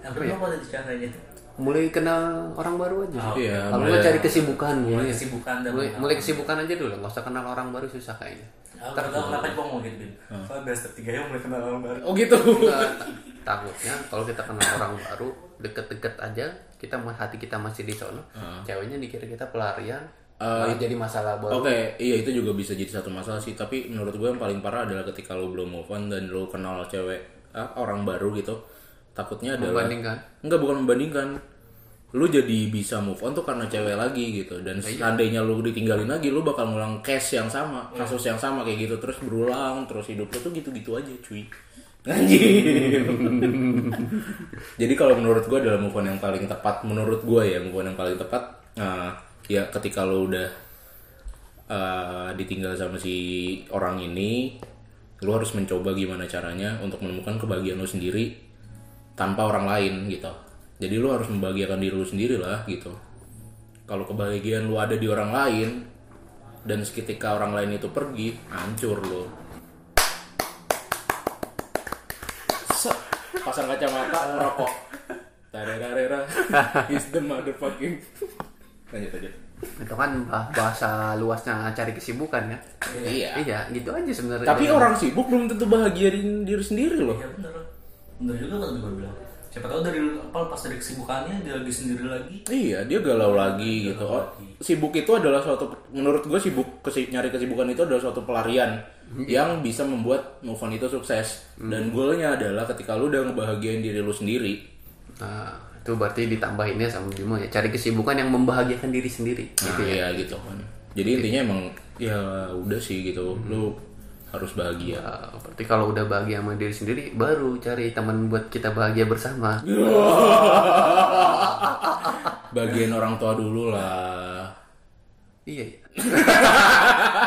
Speaker 1: yang kedua apa tadi caranya?
Speaker 3: mulai kenal orang baru aja
Speaker 2: Iya,
Speaker 3: kalau
Speaker 2: mulai-
Speaker 3: nggak cari kesibukan mulai
Speaker 1: Mulai kesibukan dan
Speaker 3: mulai, mulai kesibukan aja dulu nggak usah kenal orang baru susah kayaknya
Speaker 1: Aku nggak tahu kenapa cuma mau gitu, Bin. Soalnya dari step tiga yang mulai kenal orang baru.
Speaker 2: (laughs) Oh gitu.
Speaker 3: Nggak, ta- takutnya kalau kita kenal orang baru deket-deket aja kita ma- hati kita masih di sono ceweknya dikira kita pelarian malah jadi masalah buat
Speaker 2: Oke, iya itu juga bisa jadi satu masalah sih. Tapi menurut gue yang paling parah adalah ketika lo belum move on dan lo kenal cewek ah, orang baru gitu. Takutnya adalah
Speaker 3: membandingkan
Speaker 2: enggak bukan membandingkan. Lu jadi bisa move on tuh karena cewek lagi gitu. Dan seandainya lu ditinggalin lagi, lu bakal ngulang case yang sama, kasus yang sama kayak gitu terus berulang, terus hidup lu tuh gitu-gitu aja, cuy. (laughs) Anjir. Jadi kalau menurut gue adalah move on yang paling tepat menurut gue ya move on yang paling tepat eh, ya ketika lo udah eh, ditinggal sama si orang ini lo harus mencoba gimana caranya untuk menemukan kebahagiaan lo sendiri tanpa orang lain gitu. Jadi lo harus membahagiakan diri lo sendiri lah gitu. Kalau kebahagiaan lo ada di orang lain dan seketika orang lain itu pergi, hancur lo. Se- pasang kacamata merokok tarerarera is the motherfucking lanjut aja
Speaker 3: itu kan bah- bahasa luasnya cari kesibukan ya
Speaker 2: iya
Speaker 3: iya gitu aja sebenarnya
Speaker 2: tapi orang sibuk belum tentu bahagia di- diri sendiri loh
Speaker 1: Iya bener. Bener juga kan gue bilang. Siapa tahu dari apa pas dari kesibukannya dia lagi sendiri lagi.
Speaker 2: iya dia galau lagi gitu Oh, sibuk itu adalah suatu menurut gue sibuk kesi- nyari kesibukan itu adalah suatu pelarian yang bisa membuat move on itu sukses dan goalnya adalah ketika lu udah ngebahagiain diri lu sendiri
Speaker 3: nah, itu berarti ditambahinnya sama Bimo ya cari kesibukan yang membahagiakan diri sendiri
Speaker 2: nah,
Speaker 3: gitu ya
Speaker 2: iya gitu kan jadi intinya emang ya udah sih gitu lu harus bahagia
Speaker 3: Eh, berarti kalau udah bahagia sama diri sendiri baru cari teman buat kita bahagia bersama
Speaker 2: bagian orang tua dulu lah
Speaker 3: Iya. iya.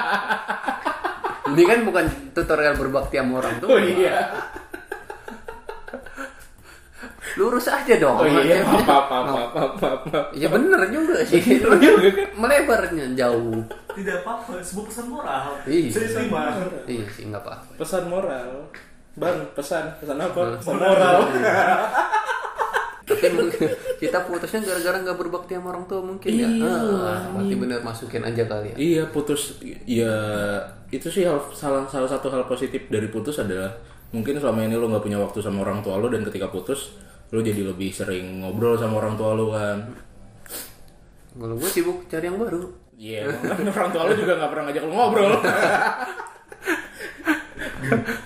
Speaker 3: (laughs) Ini kan bukan tutorial berbakti sama orang
Speaker 2: Oh
Speaker 3: tua.
Speaker 2: iya.
Speaker 3: Lurus aja dong.
Speaker 2: oh iya apa apa apa apa apa, apa.
Speaker 3: Ya bener juga sih.
Speaker 2: Iya kan.
Speaker 3: Melebarnya jauh.
Speaker 1: Tidak apa-apa, sebuah pesan moral.
Speaker 3: Iya.
Speaker 1: Saya terima.
Speaker 3: Iya sih nggak apa-apa.
Speaker 2: pesan moral bang pesan pesan apa pesan moral
Speaker 3: Tapi mungkin kita putusnya gara-gara nggak berbakti sama orang tua mungkin ya. Ah, berarti bener masukin aja kali ya.
Speaker 2: iya putus ya itu sih hal, salah salah satu hal positif dari putus adalah mungkin selama ini lo nggak punya waktu sama orang tua lo dan ketika putus lo jadi lebih sering ngobrol sama orang tua lo kan
Speaker 3: Kalau gue sibuk cari yang baru.
Speaker 2: Iya, emang (laughs) kan orang tua lo juga nggak pernah ngajak lo ngobrol.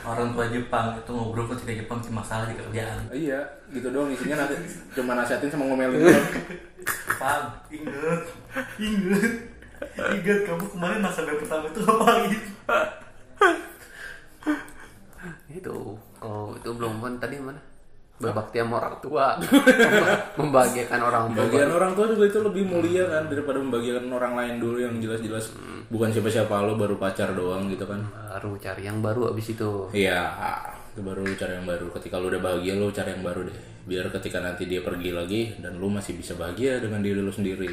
Speaker 1: Orang tua Jepang itu ngobrol ketika Jepang cuma masalah di kerjaan.
Speaker 2: (laughs) iya, gitu doang isinya nanti cuma nasihatin sama ngomelin doang.
Speaker 1: Pak, inget. Ingat, ingat kamu kemarin nasabah pertama itu ngapain?
Speaker 3: itu kalau itu belum pun tadi mana berbakti sama orang tua
Speaker 2: (laughs)
Speaker 3: membahagiakan orang tua
Speaker 2: (laughs) Bagian orang tua juga itu lebih mulia kan daripada membagikan orang lain dulu yang jelas-jelas bukan siapa-siapa lo baru pacar doang gitu kan.
Speaker 3: baru cari yang baru abis itu
Speaker 2: Iya, itu baru lu cari yang baru. Ketika lu udah bahagia lu cari yang baru deh. Biar ketika nanti dia pergi lagi dan lu masih bisa bahagia dengan diri lu sendiri.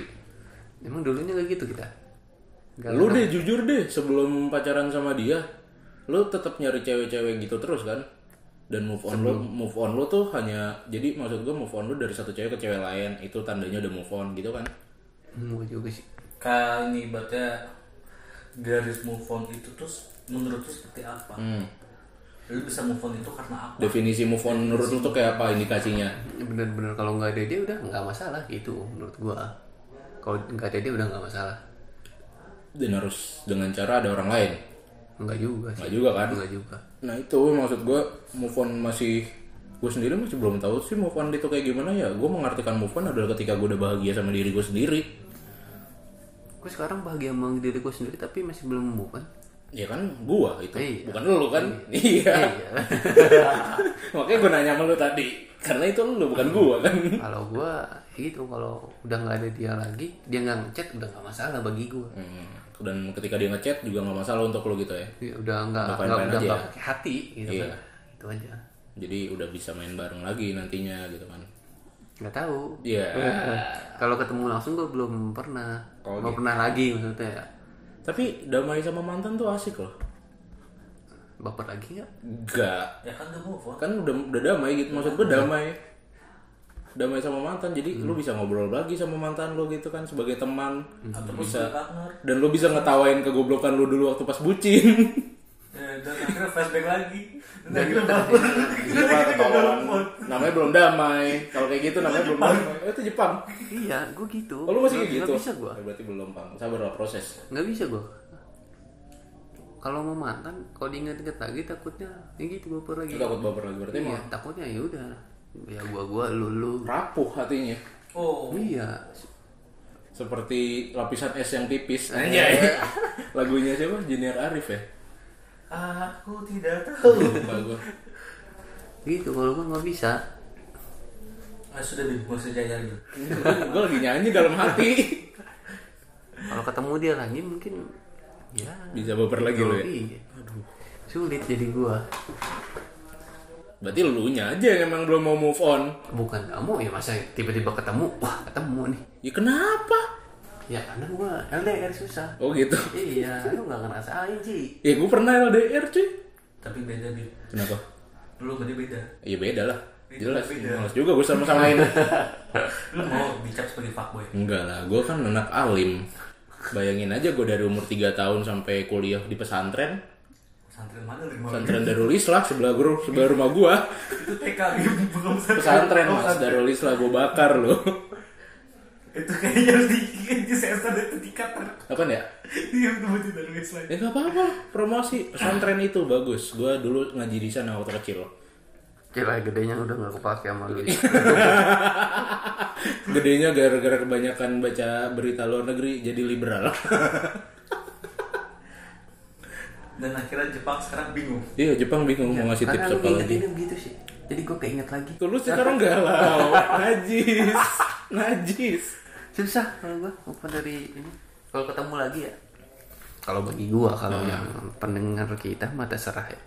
Speaker 3: emang dulunya gak gitu kita Gak-
Speaker 2: Lu deh jujur deh sebelum pacaran sama dia, lu tetap nyari cewek-cewek gitu terus kan? Dan move on lu, move on lu tuh hanya jadi maksud gue move on lu dari satu cewek ke cewek lain itu tandanya udah move on gitu kan?
Speaker 3: Hmm, gua juga sih
Speaker 1: Kan ibaratnya garis move on itu tuh menurut tuh seperti apa?
Speaker 2: Hmm.
Speaker 1: Lu bisa move on itu karena apa?
Speaker 2: Definisi move on menurut lu tuh kayak apa indikasinya?
Speaker 3: bener-bener kalau nggak ada dia udah nggak masalah gitu menurut gua kalau nggak ada dia udah nggak masalah
Speaker 2: Dan harus dengan cara ada orang lain.
Speaker 3: nggak juga sih
Speaker 2: Nggak juga kan?
Speaker 3: nggak juga
Speaker 2: Nah itu maksud gue move on masih gue sendiri masih belum tahu sih move on itu kayak gimana ya. Gue mengartikan move on adalah ketika gue udah bahagia sama diri gue sendiri.
Speaker 3: gue sekarang bahagia sama diri gue sendiri tapi masih belum
Speaker 2: (laughs)
Speaker 3: bukan
Speaker 2: Ya kan gua itu,
Speaker 3: Iya.
Speaker 2: bukan lu kan? Iya.
Speaker 3: iya
Speaker 2: (laughs)
Speaker 3: Hmm.
Speaker 2: Makanya gue nanya sama lu tadi, karena itu lu bukan gua kan?
Speaker 3: kalau gue gitu kalau udah nggak ada dia lagi dia nggak ngechat udah nggak masalah bagi gue
Speaker 2: Hmm, Dan ketika dia ngechat juga nggak masalah untuk lu gitu ya.
Speaker 3: Ya, udah nggak
Speaker 2: Udah
Speaker 3: nggak
Speaker 2: fine-fine aja
Speaker 3: udah nggak
Speaker 2: ya?
Speaker 3: pakai hati gitu
Speaker 2: Iya.
Speaker 3: kan itu aja
Speaker 2: Jadi udah bisa main bareng lagi nantinya gitu kan?
Speaker 3: nggak tahu
Speaker 2: Iya.
Speaker 3: (laughs) kalau ketemu langsung gue belum pernah
Speaker 2: Oh,
Speaker 3: nggak
Speaker 2: gitu.
Speaker 3: pernah lagi maksudnya ya
Speaker 2: Tapi damai sama mantan tuh asik loh.
Speaker 3: baper lagi nggak
Speaker 2: Gak
Speaker 1: Ya kan udah move on.
Speaker 2: kan udah udah damai gitu maksud gue damai damai sama mantan jadi lu bisa ngobrol lagi sama mantan lu gitu kan sebagai teman atau bisa
Speaker 1: Partner.
Speaker 2: dan lu bisa ngetawain kegoblokan lu dulu waktu pas bucin
Speaker 1: Eh, Dan akhirnya flashback lagi. Dan
Speaker 3: Dan
Speaker 1: akhirnya
Speaker 3: kita-
Speaker 1: baper. (laughs)
Speaker 2: Iya, Pak, ketahuan. namanya belum damai kalau kayak gitu namanya belum damai Eh, itu Jepang
Speaker 3: iya gue gitu
Speaker 2: oh, lu masih kayak gitu
Speaker 3: nggak bisa gue
Speaker 2: Eh, berarti belum pang sabar lah proses
Speaker 3: nggak bisa gue kalau mau mantan kalau diingat-ingat lagi takutnya ya gitu baper lagi
Speaker 2: Lu takut baper lagi berarti
Speaker 3: Iya,
Speaker 2: emang
Speaker 3: takutnya ya udah ya gua gua lu lu
Speaker 2: rapuh hatinya
Speaker 1: Oh,
Speaker 3: iya
Speaker 2: seperti lapisan es yang tipis anjay (laughs) lagunya siapa Junior Arif ya
Speaker 1: aku tidak tahu.
Speaker 2: lupa gue
Speaker 3: gitu kalau gua nggak bisa
Speaker 1: Ah, sudah di gua sejajar dulu.
Speaker 2: (laughs) gue lagi nyanyi dalam hati
Speaker 3: kalau ketemu dia lagi mungkin ya
Speaker 2: bisa baper lagi lu ya
Speaker 3: iya. sulit jadi gua
Speaker 2: Berarti lu nya aja yang emang belum mau move on.
Speaker 3: bukan kamu ya masa tiba-tiba ketemu wah ketemu nih
Speaker 2: Ya kenapa?
Speaker 3: ya karena gua LDR susah
Speaker 2: Oh gitu.
Speaker 3: iya lu nggak ngerasain sih
Speaker 2: Ya gue pernah LDR cuy.
Speaker 1: Tapi beda nih.
Speaker 2: Kenapa?
Speaker 1: Lu sama dia beda.
Speaker 2: Ya beda lah. Jelas.
Speaker 1: Beda.
Speaker 2: Males juga gue sama-samain.
Speaker 1: Lu mau dicap sebagai fuckboy.
Speaker 2: Enggak lah, gue kan anak alim. Bayangin aja gue dari umur 3 tahun sampai kuliah di pesantren.
Speaker 1: Santri mana lu mau?
Speaker 2: Pesantren Darul Islah sebelah guru sebelah rumah gue.
Speaker 1: Itu TK gitu, bukan
Speaker 2: Pesantren
Speaker 1: (laughs) Oh,
Speaker 2: mas Darul Islah gue bakar loh.
Speaker 1: Itu kayaknya harus dikirim di sensor itu dikater.
Speaker 2: Apa ya?
Speaker 1: Dia ketemu di dalam Islam.
Speaker 2: Ya gak apa-apa. Promosi pesantren itu bagus. Gue dulu ngaji di sana waktu kecil.
Speaker 3: kira gedenya udah nggak kepake sama lu
Speaker 2: Gedenya gara-gara kebanyakan baca berita luar negeri jadi liberal. (laughs)
Speaker 1: Dan akhirnya Jepang sekarang bingung.
Speaker 2: iya, Jepang bingung mau ngasih tips
Speaker 3: karena lu
Speaker 2: apa lagi.
Speaker 3: ngingetin gitu sih jadi gua keinget lagi
Speaker 2: Tuh, lu sekarang galau, najis, najis.
Speaker 3: susah kalau gua open dari ini kalau ketemu lagi ya kalau bagi gua kalau yang pendengar kita mah terserah ya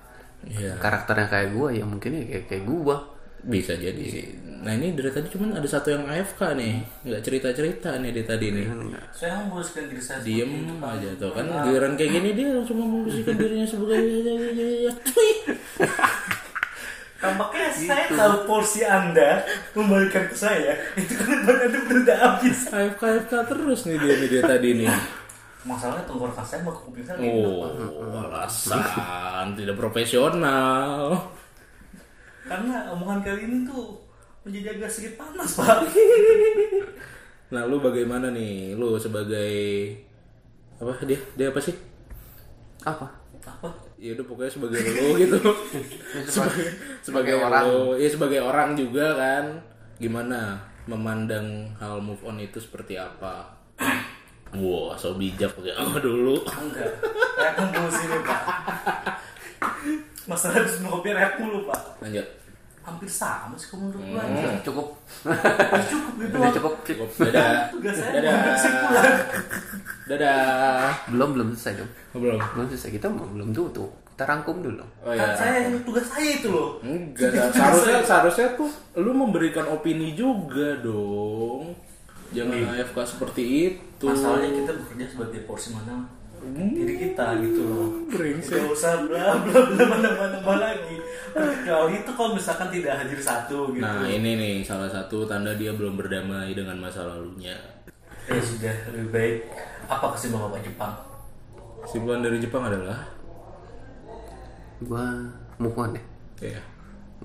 Speaker 2: Iya,
Speaker 3: karakternya kayak gua ya mungkin ya kayak kayak gua
Speaker 2: bisa jadi sih. Nah ini dari tadi cuman ada satu yang AFK nih, nggak cerita-cerita nih dari tadi nih.
Speaker 1: Saya menguruskan diri saya
Speaker 2: Diem aja tuh kan, giliran kayak gini dia langsung memposisikan dirinya sebagai (laughs) Cuy.
Speaker 1: Tampaknya
Speaker 2: Gitu.
Speaker 1: saya tahu porsi Anda membalikan ke saya. Itu kan bahan Anda udah habis.
Speaker 2: AFK AFK terus nih dia nih dia tadi nih.
Speaker 1: Masalahnya tenggorokan saya mau ke kuping saya.
Speaker 2: Oh, alasan tidak profesional.
Speaker 1: Karena omongan kali ini tuh menjadi agak sedikit panas, Pak.
Speaker 2: Nah, lu bagaimana nih? Lu sebagai apa dia? Dia apa sih?
Speaker 3: apa
Speaker 1: Apa?
Speaker 2: Ya udah pokoknya sebagai lu (laughs) gitu. sebagai, sebagai orang. Ya sebagai orang juga kan. Gimana memandang hal move on itu seperti apa? Wah, so bijak (laughs) pakai ah dulu.
Speaker 1: Enggak. Rap mulu sini, Pak. Masalah harus ngopi rap mulu, Pak.
Speaker 2: Lanjut.
Speaker 1: Hampir sama sih kalau menurut gua.
Speaker 2: Hmm.
Speaker 3: Cukup.
Speaker 1: Udah cukup gitu.
Speaker 3: Udah cukup. Cip.
Speaker 2: Cukup. Oh, Dadah.
Speaker 1: Tugas saya
Speaker 2: Dadah.
Speaker 1: mau kesimpulan.
Speaker 2: Dadah.
Speaker 3: Belum belum selesai dong.
Speaker 2: Belum.
Speaker 3: Belum selesai kita mau belum tutup. Kita rangkum dulu.
Speaker 2: Oh
Speaker 1: Kan
Speaker 2: ya.
Speaker 1: saya yang tugas saya itu loh.
Speaker 2: Enggak, dah.
Speaker 1: (laughs)
Speaker 2: seharusnya seharusnya tuh lu memberikan opini juga dong. Jangan AFK seperti itu.
Speaker 1: Iya. Masalahnya kita bekerja sebagai porsi mana diri kita gitu loh.
Speaker 2: Hmm. Brengsek.
Speaker 1: Tidak usah bla bla bla mana mana mana lagi. Kecuali itu kalau misalkan tidak hadir satu gitu.
Speaker 2: Nah, ini nih salah satu tanda dia belum berdamai dengan masa lalunya.
Speaker 1: Ya sudah lebih baik apa kesimpulan Bapak Jepang?
Speaker 2: Kesimpulan dari Jepang adalah
Speaker 3: Gua move on ya.
Speaker 2: ya.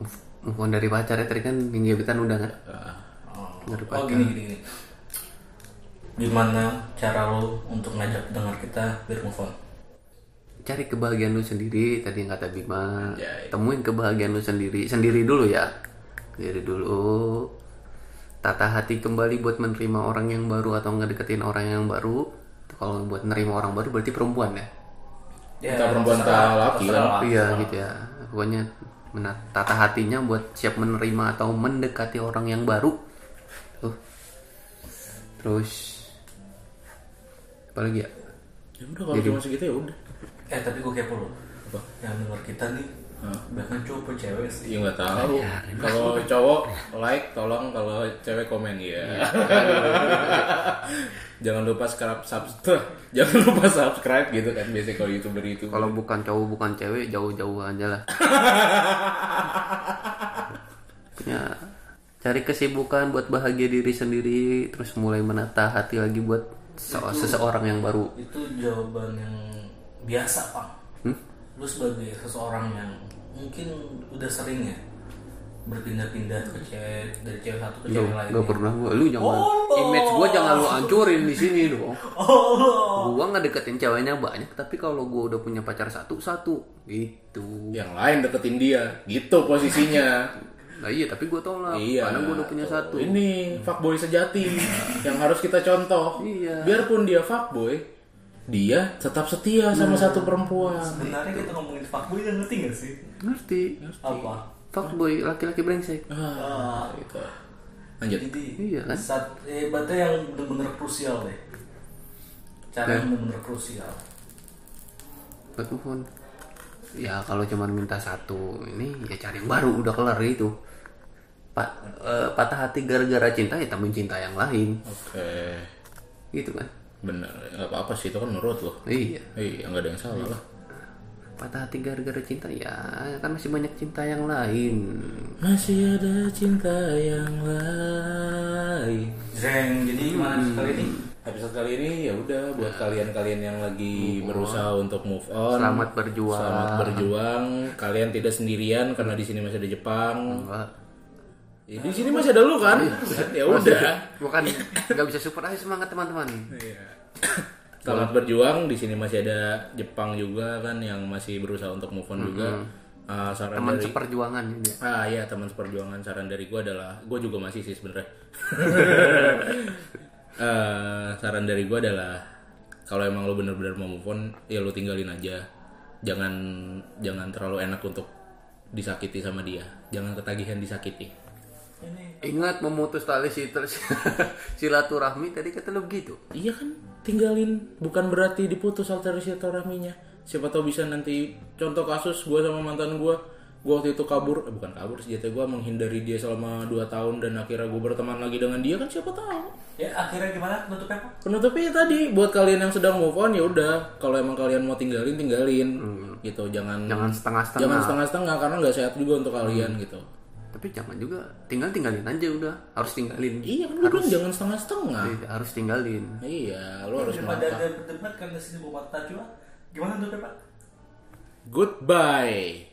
Speaker 3: Move, move on dari pacarnya tadi kan gebetan udah nggak
Speaker 2: ah,
Speaker 3: dari
Speaker 1: Oh
Speaker 3: pacar.
Speaker 1: gini gini gini. Gimana cara lo untuk ngajak dengar kita biar move on?
Speaker 3: Cari kebahagiaan lu sendiri tadi yang kata Bima.
Speaker 2: Anjay.
Speaker 3: Temuin kebahagiaan lu sendiri sendiri dulu ya. Sendiri dulu. Tata hati kembali buat menerima orang yang baru atau ngedeketin orang yang baru. Kalau buat nerima orang baru berarti perempuan ya.
Speaker 1: Ya,
Speaker 2: Entah perempuan
Speaker 1: terserah-
Speaker 2: entah laki
Speaker 1: terserah
Speaker 2: kan.
Speaker 1: lah.
Speaker 3: Iya gitu ya. Pokoknya mena- tata hatinya buat siap menerima atau mendekati orang yang baru. Tuh. Terus apa lagi ya?
Speaker 2: Ya udah kalau cuma segitu ya udah.
Speaker 1: Eh tapi gue kepo loh.
Speaker 2: Apa?
Speaker 1: Yang denger kita nih bahkan cowok apa cewek sih?
Speaker 2: Ya nggak tahu.
Speaker 1: Iya,
Speaker 2: Kalau cowok like, tolong kalau cewek komen ya.
Speaker 1: Iya.
Speaker 2: (laughs) Jangan lupa subscribe, subscribe. (laughs) Jangan lupa subscribe gitu kan biasanya kalau youtuber itu.
Speaker 3: Kalau bukan cowok bukan cewek jauh-jauh aja lah. Pokoknya Ya, cari kesibukan buat bahagia diri sendiri terus mulai menata hati lagi buat se- seseorang yang baru.
Speaker 1: itu jawaban yang biasa pak
Speaker 3: Hmm?
Speaker 1: lu sebagai seseorang yang mungkin udah sering ya berpindah-pindah ke cewek dari cewek satu ke cewek lain
Speaker 3: Gak pernah Iya, gua lu jangan
Speaker 1: Allah.
Speaker 3: image gua jangan lu hancurin di sini dong.
Speaker 1: oh
Speaker 3: gua ngedeketin ceweknya banyak tapi kalau gua udah punya pacar satu satu gitu
Speaker 2: Yang lain deketin dia, gitu posisinya.
Speaker 3: nah iya tapi gua
Speaker 2: (laughs)
Speaker 3: tolak
Speaker 2: Iya.
Speaker 3: karena gua udah punya
Speaker 2: tuh.
Speaker 3: satu
Speaker 2: Ini fuckboy (laughs) sejati yang harus kita contoh.
Speaker 3: Iya.
Speaker 2: Biarpun dia fuckboy, dia tetap setia sama satu perempuan.
Speaker 1: sebenarnya kita ngomongin fuckboy yang ngerti gak sih
Speaker 3: ngerti
Speaker 1: apa
Speaker 3: fuckboy laki-laki brengsek
Speaker 2: Ah, gitu. Lanjut.
Speaker 1: jadi
Speaker 3: Iya, kan?
Speaker 1: saat eh, berarti yang bener-bener krusial deh
Speaker 3: Kan?
Speaker 1: cara yang bener-bener krusial
Speaker 3: buat move on. ya kalau cuman minta satu ini ya cari yang baru udah kelar itu Pa- eh, patah hati gara-gara cinta ya temuin cinta yang lain
Speaker 2: Oke.
Speaker 3: gitu kan
Speaker 2: Bener, nggak apa-apa sih itu kan menurut lo.
Speaker 3: iya
Speaker 2: Iya, nggak ada yang salah lah.
Speaker 3: patah hati gara-gara cinta ya kan masih banyak cinta yang lain
Speaker 2: Masih ada cinta yang lain.
Speaker 1: Zeng, jadi
Speaker 3: Hmm.
Speaker 1: gimana sekali ini
Speaker 2: Episode kali ini ya udah buat kalian-kalian yang lagi berusaha untuk move on.
Speaker 3: Selamat berjuang.
Speaker 2: Selamat berjuang. Kalian tidak sendirian karena di sini masih ada Jepang.
Speaker 3: Enggak.
Speaker 2: Ya, di sini masih ada lu kan? (laughs) ya udah.
Speaker 3: Bukan kan nggak bisa support aja semangat teman-teman.
Speaker 2: Selamat berjuang. Di sini masih ada Jepang juga kan yang masih berusaha untuk move on juga. Ah, saran
Speaker 3: Teman
Speaker 2: dari
Speaker 3: seperjuangan ini. (laughs) dia.
Speaker 2: Ah iya teman seperjuangan saran dari gue adalah gue juga masih sih sebenarnya. Eh, saran dari gue adalah kalau emang lo bener-bener mau move on ya lo tinggalin aja. Jangan jangan terlalu enak untuk disakiti sama dia. Jangan ketagihan disakiti.
Speaker 1: ini
Speaker 3: Ingat memutus tali situl- (laughs) silaturahmi tadi kata lu gitu.
Speaker 2: Iya kan tinggalin bukan berarti diputus alteri silaturahminya. Siapa tahu bisa nanti contoh kasus gue sama mantan gue gue waktu itu kabur eh, bukan kabur sejatinya gue menghindari dia selama 2 tahun dan akhirnya gue berteman lagi dengan dia kan siapa tahu
Speaker 1: ya akhirnya gimana penutupnya pak
Speaker 2: penutupnya tadi buat kalian yang sedang move on ya udah kalau emang kalian mau tinggalin tinggalin gitu jangan
Speaker 3: Jangan setengah-setengah.
Speaker 2: jangan setengah-setengah karena nggak sehat juga untuk kalian gitu
Speaker 3: Tapi jangan juga tinggal tinggalin aja udah. Harus tinggalin.
Speaker 2: iya kan gue bilang jangan setengah-setengah
Speaker 3: Harus tinggalin.
Speaker 2: iya lo harus
Speaker 1: daripada kan ada berdebat karena sini bawa mata cuma gimana penutupnya pak
Speaker 2: goodbye